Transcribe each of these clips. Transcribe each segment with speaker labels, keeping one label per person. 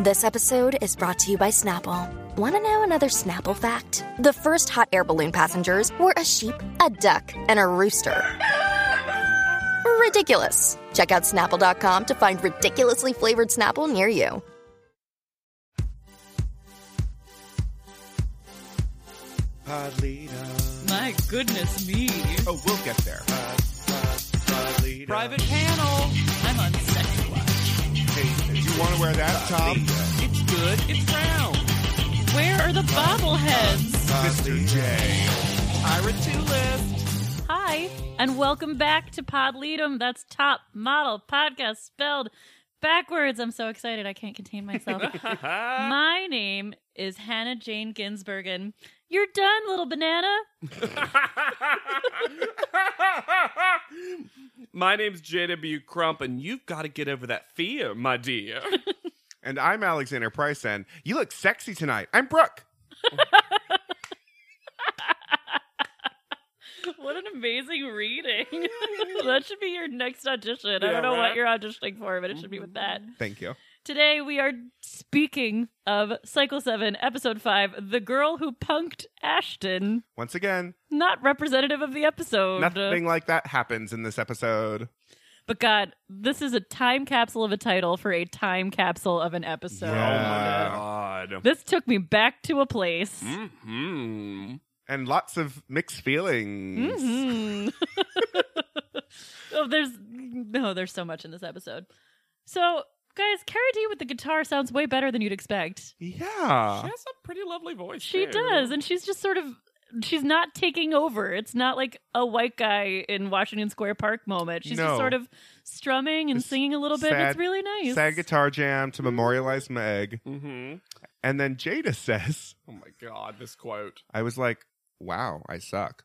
Speaker 1: This episode is brought to you by Snapple. Want to know another Snapple fact? The first hot air balloon passengers were a sheep, a duck, and a rooster. Ridiculous. Check out snapple.com to find ridiculously flavored Snapple near you.
Speaker 2: Pod leader.
Speaker 3: My goodness me.
Speaker 4: Oh, we'll get there.
Speaker 2: Pod, pod, pod leader.
Speaker 3: Private panel. I'm on sex watch.
Speaker 2: Hey,
Speaker 4: Do you want to wear that, Tom?
Speaker 3: It's good. It's round. Where are the bobbleheads?
Speaker 2: pod
Speaker 4: Mr.
Speaker 2: leader.
Speaker 4: J.
Speaker 3: Ira two list. Hi, and welcome back to Podleadum. That's top model podcast spelled backwards. I'm so excited. I can't contain myself. My name is Hannah Jane Ginsbergen. You're done, little banana.
Speaker 5: my name's JW Crump, and you've got to get over that fear, my dear.
Speaker 3: Oh,
Speaker 4: And I'm Alexander Price, and you look sexy tonight. I'm Brooke.
Speaker 3: What an amazing reading. that should be your next audition. I
Speaker 5: Yeah,
Speaker 3: don't know what
Speaker 5: right?
Speaker 3: you're auditioning for, but it should be with that.
Speaker 4: Thank you.
Speaker 3: Today we are speaking of Cycle 7, Episode 5, The Girl Who Punked Ashton.
Speaker 4: Once again,
Speaker 3: Not representative of the episode.
Speaker 4: nothing like that happens in this episode.
Speaker 3: But God, this is a time capsule of a title for a time capsule of an episode.
Speaker 4: Yeah.
Speaker 5: God.
Speaker 3: This took me back to a place.
Speaker 5: hmm
Speaker 4: And lots of mixed feelings. Mm.
Speaker 3: Mhm. oh, there's no, there's so much in this episode. So, guys, Cara D with the guitar sounds way better than you'd expect.
Speaker 4: Yeah.
Speaker 5: She has a pretty lovely voice.
Speaker 3: She
Speaker 5: too.
Speaker 3: does, and she's just sort of she's not taking over. It's not like a white guy in Washington Square Park moment. She's
Speaker 4: No.
Speaker 3: just sort of strumming and
Speaker 4: Just
Speaker 3: singing a little bit.
Speaker 4: sad-
Speaker 3: it's really nice.
Speaker 4: Sad guitar jam to memorialize Meg.
Speaker 5: Mhm.
Speaker 4: And then Jada says,
Speaker 5: Oh my God, this quote.
Speaker 4: I was like, wow, I suck.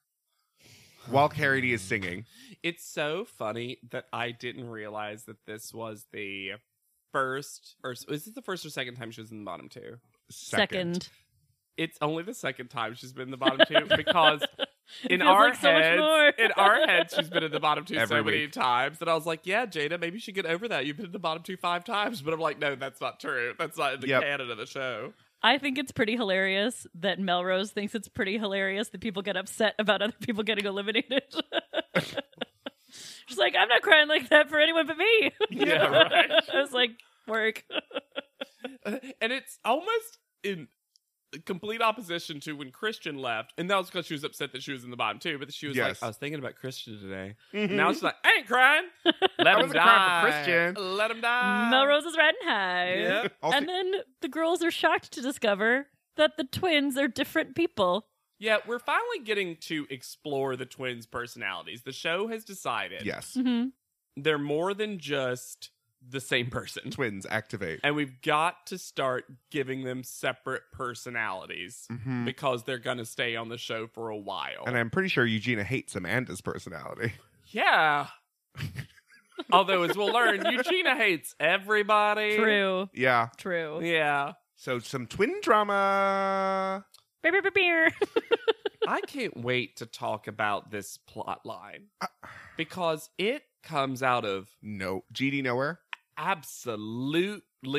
Speaker 4: While Carrie D is singing.
Speaker 5: It's so funny that I didn't realize that this was the first, or is this the first or second time she was in the bottom two?
Speaker 3: Second,
Speaker 5: It's only the second time she's been in the bottom two because
Speaker 3: It
Speaker 5: in
Speaker 3: feels
Speaker 5: our
Speaker 3: like so much
Speaker 5: heads,
Speaker 3: more.
Speaker 5: in our heads, she's been in the bottom two
Speaker 4: Every
Speaker 5: so many
Speaker 4: week.
Speaker 5: times, and I was like, "Yeah, Jada, maybe you should get over that. You've been in the bottom two five times." But I'm like, "No, that's not true. That's not in the
Speaker 4: Yep.
Speaker 5: canon of the show."
Speaker 3: I think it's pretty hilarious that Melrose thinks it's pretty hilarious that people get upset about other people getting eliminated. She's like, I'm not crying like that for anyone but me.
Speaker 5: Yeah, right.
Speaker 3: I was like, work.
Speaker 5: and it's almost in complete opposition to when Christian left, and that was because she was upset that she was in the bottom two. But she was
Speaker 4: Yes.
Speaker 5: like, "I was thinking about Christian today." Now she's like, "I ain't crying. Let him
Speaker 4: wasn't crying
Speaker 5: die,
Speaker 4: for Christian."
Speaker 5: Let him die."
Speaker 3: Melrose is riding high.
Speaker 5: Yep.
Speaker 4: Also-
Speaker 3: and then the girls are shocked to discover that the twins are different people.
Speaker 5: Yeah, we're finally getting to explore the twins' personalities. The show has decided.
Speaker 4: yes.
Speaker 3: Mm-hmm.
Speaker 5: they're more than just the same person.
Speaker 4: Twins activate.
Speaker 5: And we've got to start giving them separate personalities
Speaker 4: Mhm.
Speaker 5: because they're going to stay on the show for a while.
Speaker 4: And I'm pretty sure Eugenia hates Amanda's personality.
Speaker 5: yeah. Although, as we'll learn, Eugenia hates everybody.
Speaker 3: True.
Speaker 4: Yeah.
Speaker 3: True.
Speaker 5: Yeah.
Speaker 4: So some twin drama.
Speaker 3: Beer, beer, beer, beer.
Speaker 5: I can't wait to talk about this plot line because it comes out of
Speaker 4: No, GD nowhere.
Speaker 5: absolutely
Speaker 4: Oh,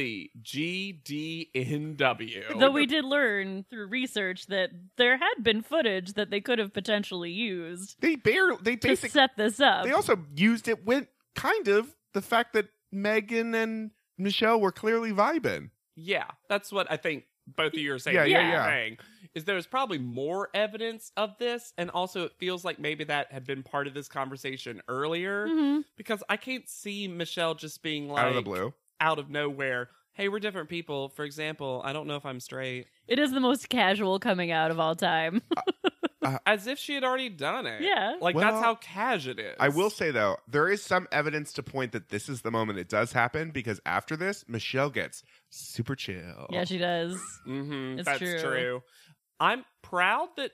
Speaker 5: GDNW.
Speaker 3: Though we did learn through research that there had been footage that they could have potentially used
Speaker 4: They barely. They
Speaker 3: to
Speaker 4: basically.
Speaker 3: set this up.
Speaker 4: They also used it with kind of the fact that Megan and Michelle were clearly vibing.
Speaker 5: Yeah, that's what I think both of you are saying.
Speaker 4: Yeah,
Speaker 3: yeah,
Speaker 5: the same
Speaker 4: yeah.
Speaker 5: thing, Is there's probably more evidence of this, and also it feels like maybe that had been part of this conversation earlier
Speaker 3: Mhm.
Speaker 5: because I can't see Michelle just being like
Speaker 4: Hmm. out of the blue.
Speaker 5: out of nowhere. Hey, we're different people. For example, I don't know if I'm straight,
Speaker 3: It is the most casual coming out of all time.
Speaker 5: as if she had already done it.
Speaker 3: Yeah.
Speaker 5: like
Speaker 4: Well,
Speaker 5: that's how cash it is.
Speaker 4: I will say though, there is some evidence to point that this is the moment it does happen because after this, Michelle gets super chill.
Speaker 3: Yeah, she does.
Speaker 5: Mm-hmm,
Speaker 3: It's
Speaker 5: that's
Speaker 3: true.
Speaker 5: true. I'm proud that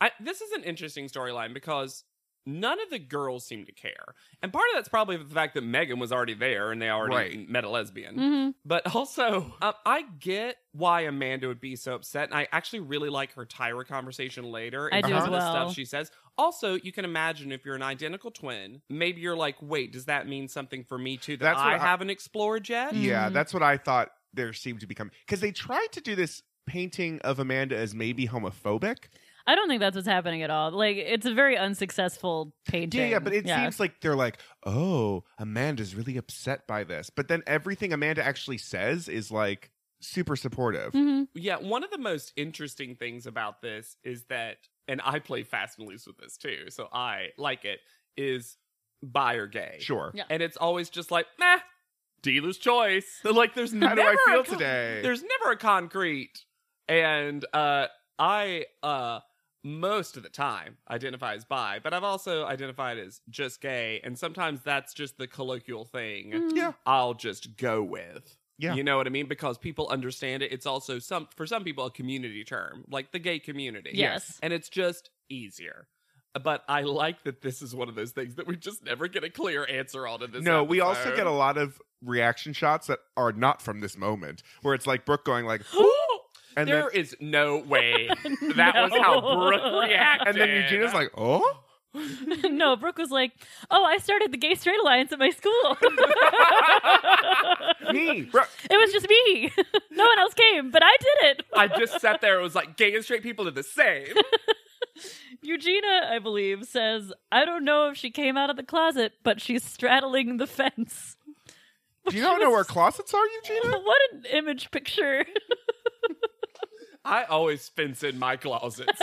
Speaker 5: I, this is an interesting storyline because none of the girls seem to care, and part of that's probably the fact that Megan was already there and they already
Speaker 4: Right.
Speaker 5: met a lesbian.
Speaker 3: Mhm.
Speaker 5: But also, um, I get why Amanda would be so upset, and I actually really like her Tyra conversation later.
Speaker 3: I
Speaker 5: and
Speaker 4: do
Speaker 5: some
Speaker 4: as
Speaker 5: of the
Speaker 3: well.
Speaker 5: stuff she says. Also, you can imagine if you're an identical twin, maybe you're like, wait, does that mean something for me too that
Speaker 4: That's what
Speaker 5: I,
Speaker 4: I-
Speaker 5: haven't explored yet?
Speaker 4: Yeah,
Speaker 3: Mhm.
Speaker 4: that's what I thought there seemed to become because they tried to do this painting of Amanda as maybe homophobic.
Speaker 3: I don't think that's what's happening at all. Like it's a very unsuccessful painting.
Speaker 4: Yeah, yeah, but it seems like they're like, oh, Amanda's really upset by this. But then everything Amanda actually says is like super supportive.
Speaker 3: hmm
Speaker 5: Yeah, one of the most interesting things about this is that, and I play fast and loose with this too, so I like it, is bi or gay.
Speaker 4: Sure.
Speaker 3: Yeah.
Speaker 5: And it's always just like, meh, dealer's choice. Like, there's
Speaker 4: How do
Speaker 5: never
Speaker 4: I
Speaker 5: a
Speaker 4: feel
Speaker 5: con-
Speaker 4: today?
Speaker 5: There's never a concrete. And uh, I, uh, most of the time, identify as bi, but I've also identified as just gay. And sometimes that's just the colloquial thing.
Speaker 3: Mm. Mm-hmm.
Speaker 4: yeah.
Speaker 5: I'll just go with.
Speaker 4: Yeah.
Speaker 5: You know what I mean? Because people understand it. It's also some for some people a community term, like the gay community.
Speaker 3: Yes.
Speaker 5: And it's just easier. But I like that this is one of those things that we just never get a clear answer on in this.
Speaker 4: No, we also
Speaker 5: episode.
Speaker 4: get a lot of reaction shots that are not from this moment, where it's like Brooke going like, and then
Speaker 5: There is no way that was how
Speaker 3: No.
Speaker 5: Brooke reacted.
Speaker 4: and then Eugenia's like, oh,
Speaker 3: no, Brooke was like, "Oh, I started the Gay Straight Alliance at my school.
Speaker 4: me, Brooke.
Speaker 3: it was just me. no one else came, but I did it."
Speaker 5: I just sat there and was like, gay and straight people are the same.
Speaker 3: Eugenia, I believe, says, "I don't know if she came out of the closet, but she's straddling the fence."
Speaker 4: Do you not know where closets are, Eugenia?
Speaker 3: what an image picture.
Speaker 5: I always fence in my closets.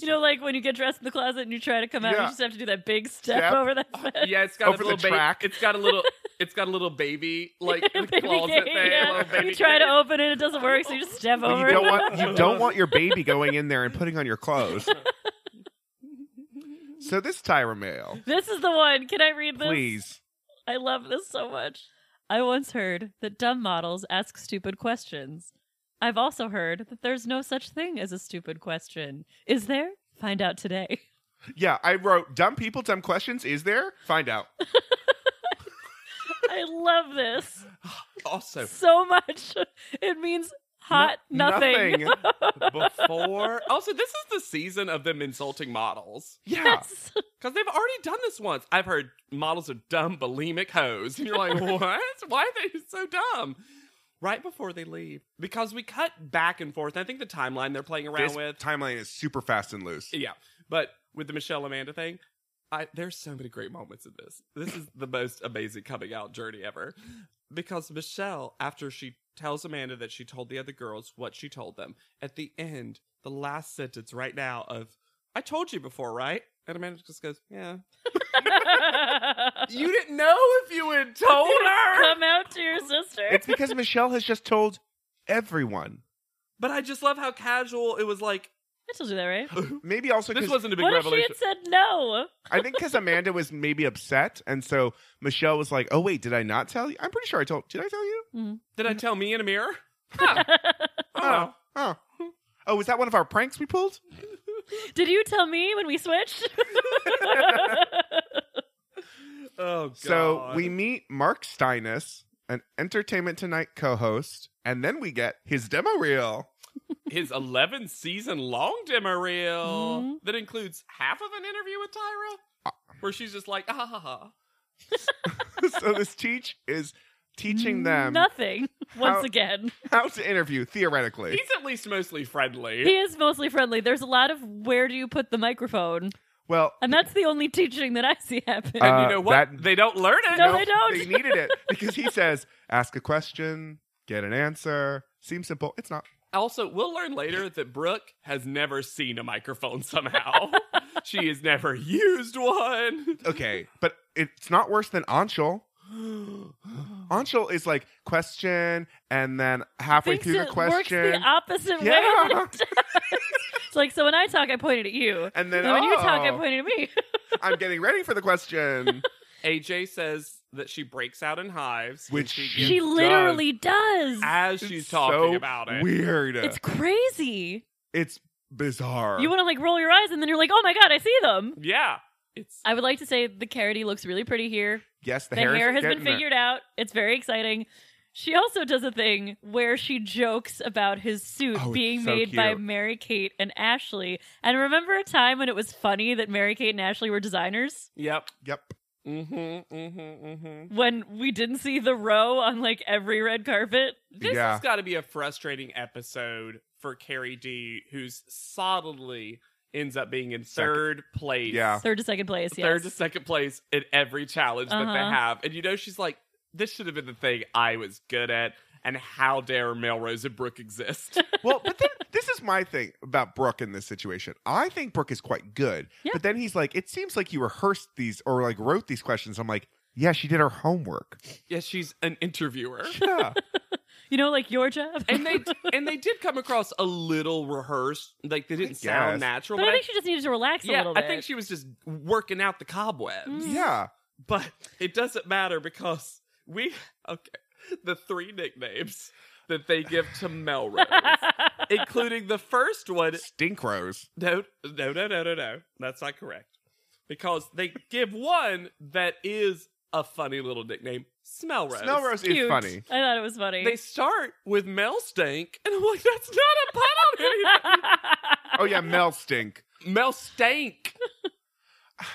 Speaker 3: you know, like when you get dressed in the closet and you try to come out,
Speaker 4: Yeah.
Speaker 3: you just have to do that big step,
Speaker 4: Step.
Speaker 3: over that fence.
Speaker 5: Yeah, it's got
Speaker 4: Over
Speaker 5: a
Speaker 4: the
Speaker 5: little baby.
Speaker 4: track.
Speaker 5: It's got a little. It's got a little baby like
Speaker 3: Baby
Speaker 5: closet
Speaker 3: gate,
Speaker 5: thing.
Speaker 3: yeah.
Speaker 5: little baby
Speaker 3: You try
Speaker 5: gate.
Speaker 3: to open it, it doesn't work, so you just step
Speaker 4: But
Speaker 3: over
Speaker 4: you don't
Speaker 3: it.
Speaker 4: want you don't want your baby going in there and putting on your clothes. so this Tyra mail,
Speaker 3: This is the one. Can I read this?
Speaker 4: please.
Speaker 3: I love this so much. I once heard that dumb models ask stupid questions. I've also heard that there's no such thing as a stupid question. Is there? Find out today.
Speaker 4: Yeah, I wrote dumb people, dumb questions. Is there? Find out.
Speaker 3: I love this
Speaker 5: Also,
Speaker 3: so much. It means hot
Speaker 4: No-
Speaker 3: nothing.
Speaker 5: before. Also, this is the season of them insulting models
Speaker 4: Yeah.
Speaker 3: Yes.
Speaker 5: because they've already done this once. I've heard models are dumb bulimic hoes, and you're like, what? Why are they so dumb? Right before they leave, because we cut back and forth. I think the timeline they're playing around
Speaker 4: This
Speaker 5: with.
Speaker 4: timeline is super fast and loose.
Speaker 5: Yeah, but with the Michelle Amanda thing, I there's so many great moments in this. This is the most amazing coming out journey ever, because Michelle, after she tells Amanda that she told the other girls what she told them, at the end, the last sentence right now of "I told you before, right?" and Amanda just goes, "Yeah, you didn't know if you had told her."
Speaker 3: Come out to your sister.
Speaker 4: It's because Michelle has just told everyone.
Speaker 5: But I just love how casual it was. Like
Speaker 3: I told you that, right?
Speaker 4: Maybe also
Speaker 5: this
Speaker 4: because
Speaker 5: wasn't a big
Speaker 3: What if she
Speaker 5: revelation.
Speaker 3: had said no?
Speaker 4: I think because Amanda was maybe upset, and so Michelle was like, "Oh wait, did I not tell you? I'm pretty sure I told. Did I tell you?
Speaker 5: Did I tell me in a mirror? Huh. Oh, well.
Speaker 4: Oh, oh, was that one of our pranks we pulled?
Speaker 3: Did you tell me when we switched?
Speaker 5: oh God.
Speaker 4: So we meet Mark Steinis, an Entertainment Tonight co-host, and then we get his demo reel.
Speaker 5: his 11 season long demo reel
Speaker 3: Mhm.
Speaker 5: that includes half of an interview with Tyra,
Speaker 4: Uh,
Speaker 5: where she's just like, ah, ha, ha.
Speaker 4: so this teach is teaching them
Speaker 3: Nothing. Once
Speaker 4: How-
Speaker 3: again,
Speaker 4: how to interview theoretically.
Speaker 5: He's at least mostly friendly.
Speaker 3: he is mostly friendly. There's a lot of where do you put the microphone,
Speaker 4: Well,
Speaker 3: and that's the only teaching that I see happen.
Speaker 5: and
Speaker 4: Uh,
Speaker 5: you know what?
Speaker 4: that-
Speaker 5: they don't learn it.
Speaker 3: No, they don't.
Speaker 4: They needed it because he says, ask a question, get an answer. Seems simple. It's not.
Speaker 5: Also, we'll learn later that Brooke has never seen a microphone somehow. she has never used one.
Speaker 4: Okay, but it's not worse than Anshul. Anshul is like question, and then halfway
Speaker 3: Thinks
Speaker 4: through the
Speaker 3: it works the
Speaker 4: question,
Speaker 3: opposite way.
Speaker 4: yeah,
Speaker 3: It's like so when I talk, I pointed at you,
Speaker 4: And then,
Speaker 3: when you talk, I
Speaker 4: oh.
Speaker 3: pointed at me.
Speaker 4: I'm getting ready for the question.
Speaker 5: AJ says that she breaks out in hives. when
Speaker 4: Which
Speaker 5: gets-
Speaker 3: she literally does.
Speaker 5: as she's
Speaker 4: It's
Speaker 5: talking
Speaker 4: so
Speaker 5: about it.
Speaker 4: Weird.
Speaker 3: It's
Speaker 4: It's,
Speaker 3: crazy.
Speaker 4: bizarre.
Speaker 3: You want to like roll your eyes, and then you're like, oh my god, I see them.
Speaker 5: Yeah. It's
Speaker 3: I would like to say the carroty looks really pretty here.
Speaker 4: yes, the,
Speaker 3: the hair, has been
Speaker 4: getting there.
Speaker 3: figured out. It's very exciting. She also does a thing where she jokes about his suit
Speaker 4: Oh, it's
Speaker 3: being
Speaker 4: so
Speaker 3: made by
Speaker 4: cute.
Speaker 3: Mary Kate and Ashley. And remember a time when it was funny that Mary Kate and Ashley were designers?
Speaker 5: Yep.
Speaker 4: Yep.
Speaker 5: Mm-hmm. Mm-hmm. Mm-hmm.
Speaker 3: when we didn't see the row on like every red carpet.
Speaker 5: This
Speaker 4: Yeah.
Speaker 5: has got to be a frustrating episode for Carrie D, who's solidly ends up being in
Speaker 4: Second.
Speaker 5: third place.
Speaker 4: Yeah.
Speaker 3: Third to second place, yes.
Speaker 5: Third to second place in every challenge that they
Speaker 3: Uh-huh.
Speaker 5: have. And you know, she's like, this should have been the thing I was good at. And how dare Melrose and Brooke exist?
Speaker 4: Well, but then this is my thing about Brooke in this situation. I think Brooke is quite good.
Speaker 3: Yeah.
Speaker 4: But then he's like, it seems like you rehearsed these or like wrote these questions. I'm like, yeah, she did her homework.
Speaker 5: yeah, she's an interviewer.
Speaker 4: Yeah.
Speaker 3: You know, like your job.
Speaker 5: And they and they did come across a little rehearsed, like they didn't sound
Speaker 4: guess.
Speaker 5: natural.
Speaker 3: but I think she just needed to relax a
Speaker 5: yeah,
Speaker 3: little
Speaker 5: I
Speaker 3: bit.
Speaker 5: think she was just working out the cobwebs.
Speaker 4: yeah.
Speaker 5: but it doesn't matter because we okay the three nicknames that they give to Melrose, including the first one.
Speaker 4: Stink rose.
Speaker 5: No, no, no, no, no, no. That's not correct because they give one that is a funny little nickname, Smelrose.
Speaker 4: Smell rose
Speaker 3: Cute.
Speaker 4: is funny.
Speaker 3: I thought it was funny.
Speaker 5: They start with Mel Stank, and I'm like, that's not a pun on anything.
Speaker 4: Oh yeah, Mel stink.
Speaker 5: Mel Stank.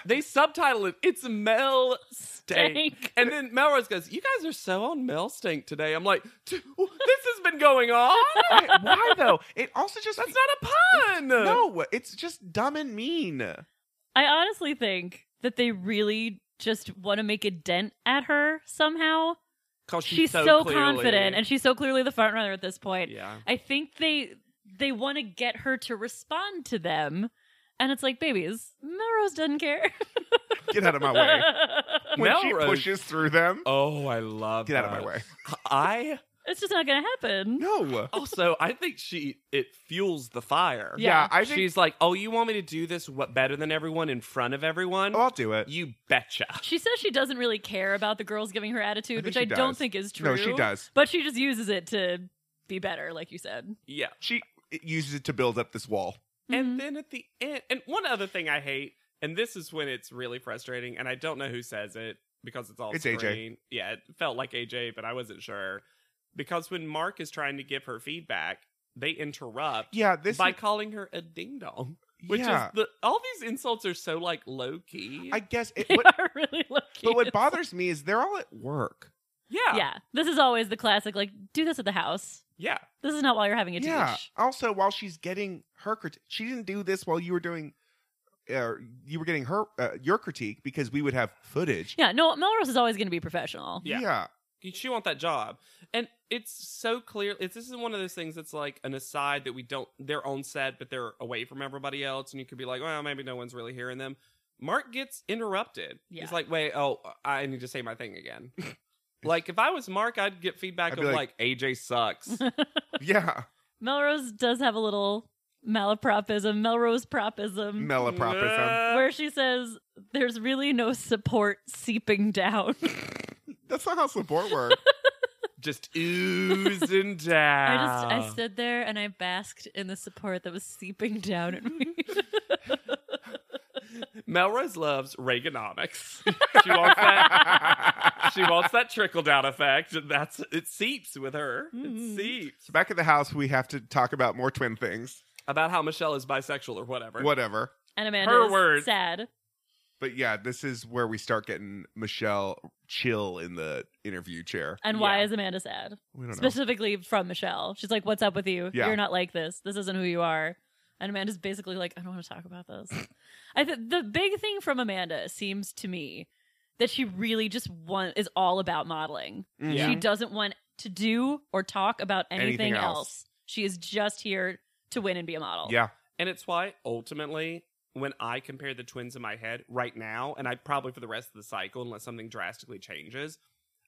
Speaker 5: They subtitle it. It's Mel Stank.
Speaker 3: Stank.
Speaker 5: And then Melrose goes, "You guys are so on Mel Stank today." I'm like, "T- "This has been going on.
Speaker 4: Why though? It also just
Speaker 5: That's not a pun."
Speaker 4: no. It's just dumb and mean.
Speaker 3: I honestly think that they really just want to make a dent at her somehow.
Speaker 5: because
Speaker 3: She's, so, confident and she's so clearly the front runner at this point.
Speaker 5: yeah,
Speaker 3: I think they they want to get her to respond to them. And it's like, babies, Melrose doesn't care.
Speaker 4: Get out of my way. When she
Speaker 5: Melrose-
Speaker 4: pushes through them,
Speaker 5: Oh, I love.
Speaker 4: get out of my
Speaker 5: that.
Speaker 4: way.
Speaker 5: I
Speaker 3: it's just not going to happen.
Speaker 4: No.
Speaker 5: also, I think she it fuels the fire.
Speaker 3: Yeah.
Speaker 4: Yeah, I think.
Speaker 5: she's like, "Oh, you want me to do this what better than everyone in front of everyone?
Speaker 4: oh, I'll do it.
Speaker 5: You betcha."
Speaker 3: She says she doesn't really care about the girls giving her attitude,
Speaker 4: think
Speaker 3: which
Speaker 4: she
Speaker 3: I don't
Speaker 4: does.
Speaker 3: think is true.
Speaker 4: No, she does.
Speaker 3: But she just uses it to be better, like you said.
Speaker 5: Yeah.
Speaker 4: She uses it to build up this wall.
Speaker 3: Mm-hmm.
Speaker 5: And then at the end, and one other thing I hate, and this is when it's really frustrating, and I don't know who says it because it's all
Speaker 4: It's AJ.
Speaker 5: screen. AJ. Yeah, it felt like AJ, but I wasn't sure because when Mark is trying to give her feedback, they interrupt
Speaker 4: Yeah. This.
Speaker 5: by calling her a ding dong, which
Speaker 4: yeah.
Speaker 5: is the all these insults are so like low key.
Speaker 4: I guess. It,
Speaker 3: They
Speaker 4: what,
Speaker 3: are really lucky.
Speaker 4: but what bothers me is they're all at work.
Speaker 5: yeah, yeah,
Speaker 3: Yeah, this is always the classic. Like, do this at the house.
Speaker 5: yeah.
Speaker 3: This is not while you're having a
Speaker 4: yeah.
Speaker 3: douche.
Speaker 4: Also, while she's getting her critique, she didn't do this while you were doing, uh, you were getting her uh, your critique because we would have footage.
Speaker 3: Yeah, no, Melrose is always going to be professional.
Speaker 5: Yeah. She want that job, and it's so clear. It's this is one of those things that's like an aside that we don't. They're on set, but they're away from everybody else, and you could be like, well, maybe no one's really hearing them. Mark gets interrupted.
Speaker 3: Yeah.
Speaker 5: He's like, wait, oh, I need to say my thing again. like if I was Mark, I'd get feedback
Speaker 4: I'd be
Speaker 5: of like,
Speaker 4: like-
Speaker 5: AJ sucks.
Speaker 4: yeah, yeah.
Speaker 3: Melrose does have a little malapropism, Melrose propism,
Speaker 5: Mm-hmm.
Speaker 4: Melopropism.
Speaker 5: Uh,
Speaker 3: where she says, "There's really no support seeping down."
Speaker 4: That's not how support works.
Speaker 5: just oozing down.
Speaker 3: I just
Speaker 5: Ah.
Speaker 3: I stood there and I basked in the support that was seeping down at me.
Speaker 5: Melrose loves Reaganomics. she wants that. she wants that trickle down effect, and that's it seeps with her. It seeps
Speaker 4: So back at the house, we have to talk about more twin things.
Speaker 5: about how Michelle is bisexual or whatever.
Speaker 4: Whatever.
Speaker 3: and Amanda
Speaker 5: Her
Speaker 3: is
Speaker 5: words.
Speaker 3: sad.
Speaker 4: But yeah, this is where we start getting Michelle chill in the interview chair.
Speaker 3: And why
Speaker 5: Yeah.
Speaker 3: is Amanda sad?
Speaker 4: We don't know.
Speaker 3: Specifically from Michelle. She's like, "What's up with you?
Speaker 4: Yeah.
Speaker 3: You're not like this. This isn't who you are." And Amanda's basically like, "I don't want to talk about this." I th- the big thing from Amanda seems to me that she really just want is all about modeling.
Speaker 4: Mhm.
Speaker 5: Yeah.
Speaker 3: She doesn't want to do or talk about anything,
Speaker 4: Anything else.
Speaker 3: else. She is just here to win and be a model.
Speaker 4: Yeah.
Speaker 5: And it's why ultimately, when I compare the twins in my head right now, and I probably for the rest of the cycle, unless something drastically changes,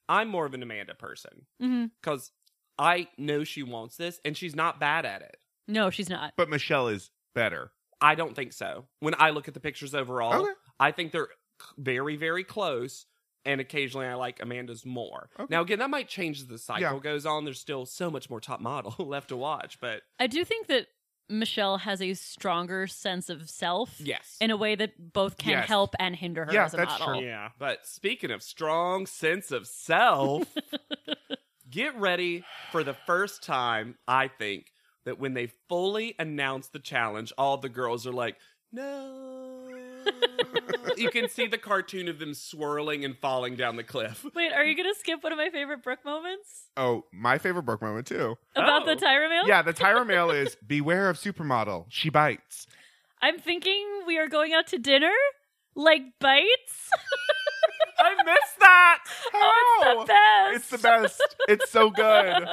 Speaker 5: I'm more of an Amanda person
Speaker 3: hmm
Speaker 5: because I know she wants this, and she's not bad at it.
Speaker 3: No, she's not.
Speaker 4: But Michelle is better.
Speaker 5: I don't think so. When I look at the pictures overall,
Speaker 4: Okay.
Speaker 5: I think they're c- very, very close. And occasionally I like Amanda's more.
Speaker 4: Okay.
Speaker 5: Now, again, that might change as the cycle
Speaker 4: Yeah.
Speaker 5: goes on. There's still so much more top model left to watch. But
Speaker 3: I do think that Michelle has a stronger sense of self
Speaker 5: yes.
Speaker 3: in a way that both can
Speaker 4: Yes.
Speaker 3: help and hinder her
Speaker 4: Yeah,
Speaker 3: as a
Speaker 4: that's
Speaker 3: model.
Speaker 4: true.
Speaker 5: yeah. But speaking of strong sense of self, get ready for the first time, I think, that when they fully announce the challenge, all the girls are like, no. you can see the cartoon of them swirling and falling down the cliff.
Speaker 3: Wait, are you gonna skip one of my favorite Brooke moments
Speaker 4: Oh, my favorite Brooke moment too.
Speaker 3: about
Speaker 5: Oh.
Speaker 3: the Tyra mail?
Speaker 4: Yeah, the Tyra mail is beware of supermodel. She bites.
Speaker 3: I'm thinking we are going out to dinner, like bites.
Speaker 4: I missed that.
Speaker 3: Oh,
Speaker 4: It's
Speaker 3: it's the
Speaker 4: the
Speaker 3: best.
Speaker 4: best. It's so good.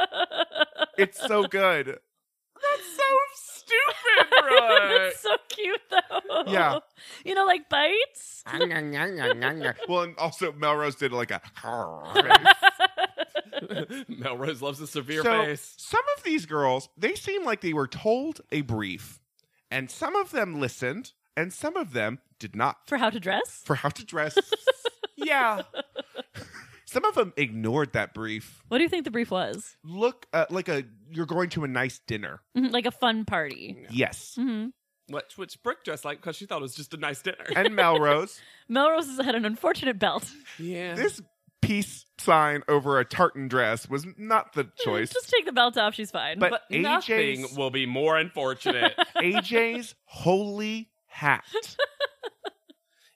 Speaker 4: It's so good.
Speaker 5: That's so stupid, bro.
Speaker 3: That's so cute though.
Speaker 4: Yeah.
Speaker 3: You know, like bites.
Speaker 4: Well, and also Melrose did like a.
Speaker 5: Melrose loves a severe
Speaker 4: so
Speaker 5: face.
Speaker 4: some of these girls, they seem like they were told a brief, and some of them listened, and some of them did not
Speaker 3: For how to dress?
Speaker 4: for how to dress. yeah. Some of them ignored that brief.
Speaker 3: What do you think the brief was?
Speaker 4: Look, uh, like a you're going to a nice dinner.
Speaker 3: Mhm, like a fun party.
Speaker 4: Yes.
Speaker 3: hmm
Speaker 5: Which, which Brooke dressed like because she thought it was just a nice dinner.
Speaker 4: And Melrose,
Speaker 3: Melrose has had an unfortunate belt.
Speaker 5: yeah.
Speaker 4: this peace sign over a tartan dress was not the choice.
Speaker 3: Just take the belt off. She's fine.
Speaker 4: But-
Speaker 5: but
Speaker 4: AJ's
Speaker 5: nothing will be more unfortunate.
Speaker 4: AJ's holy hat.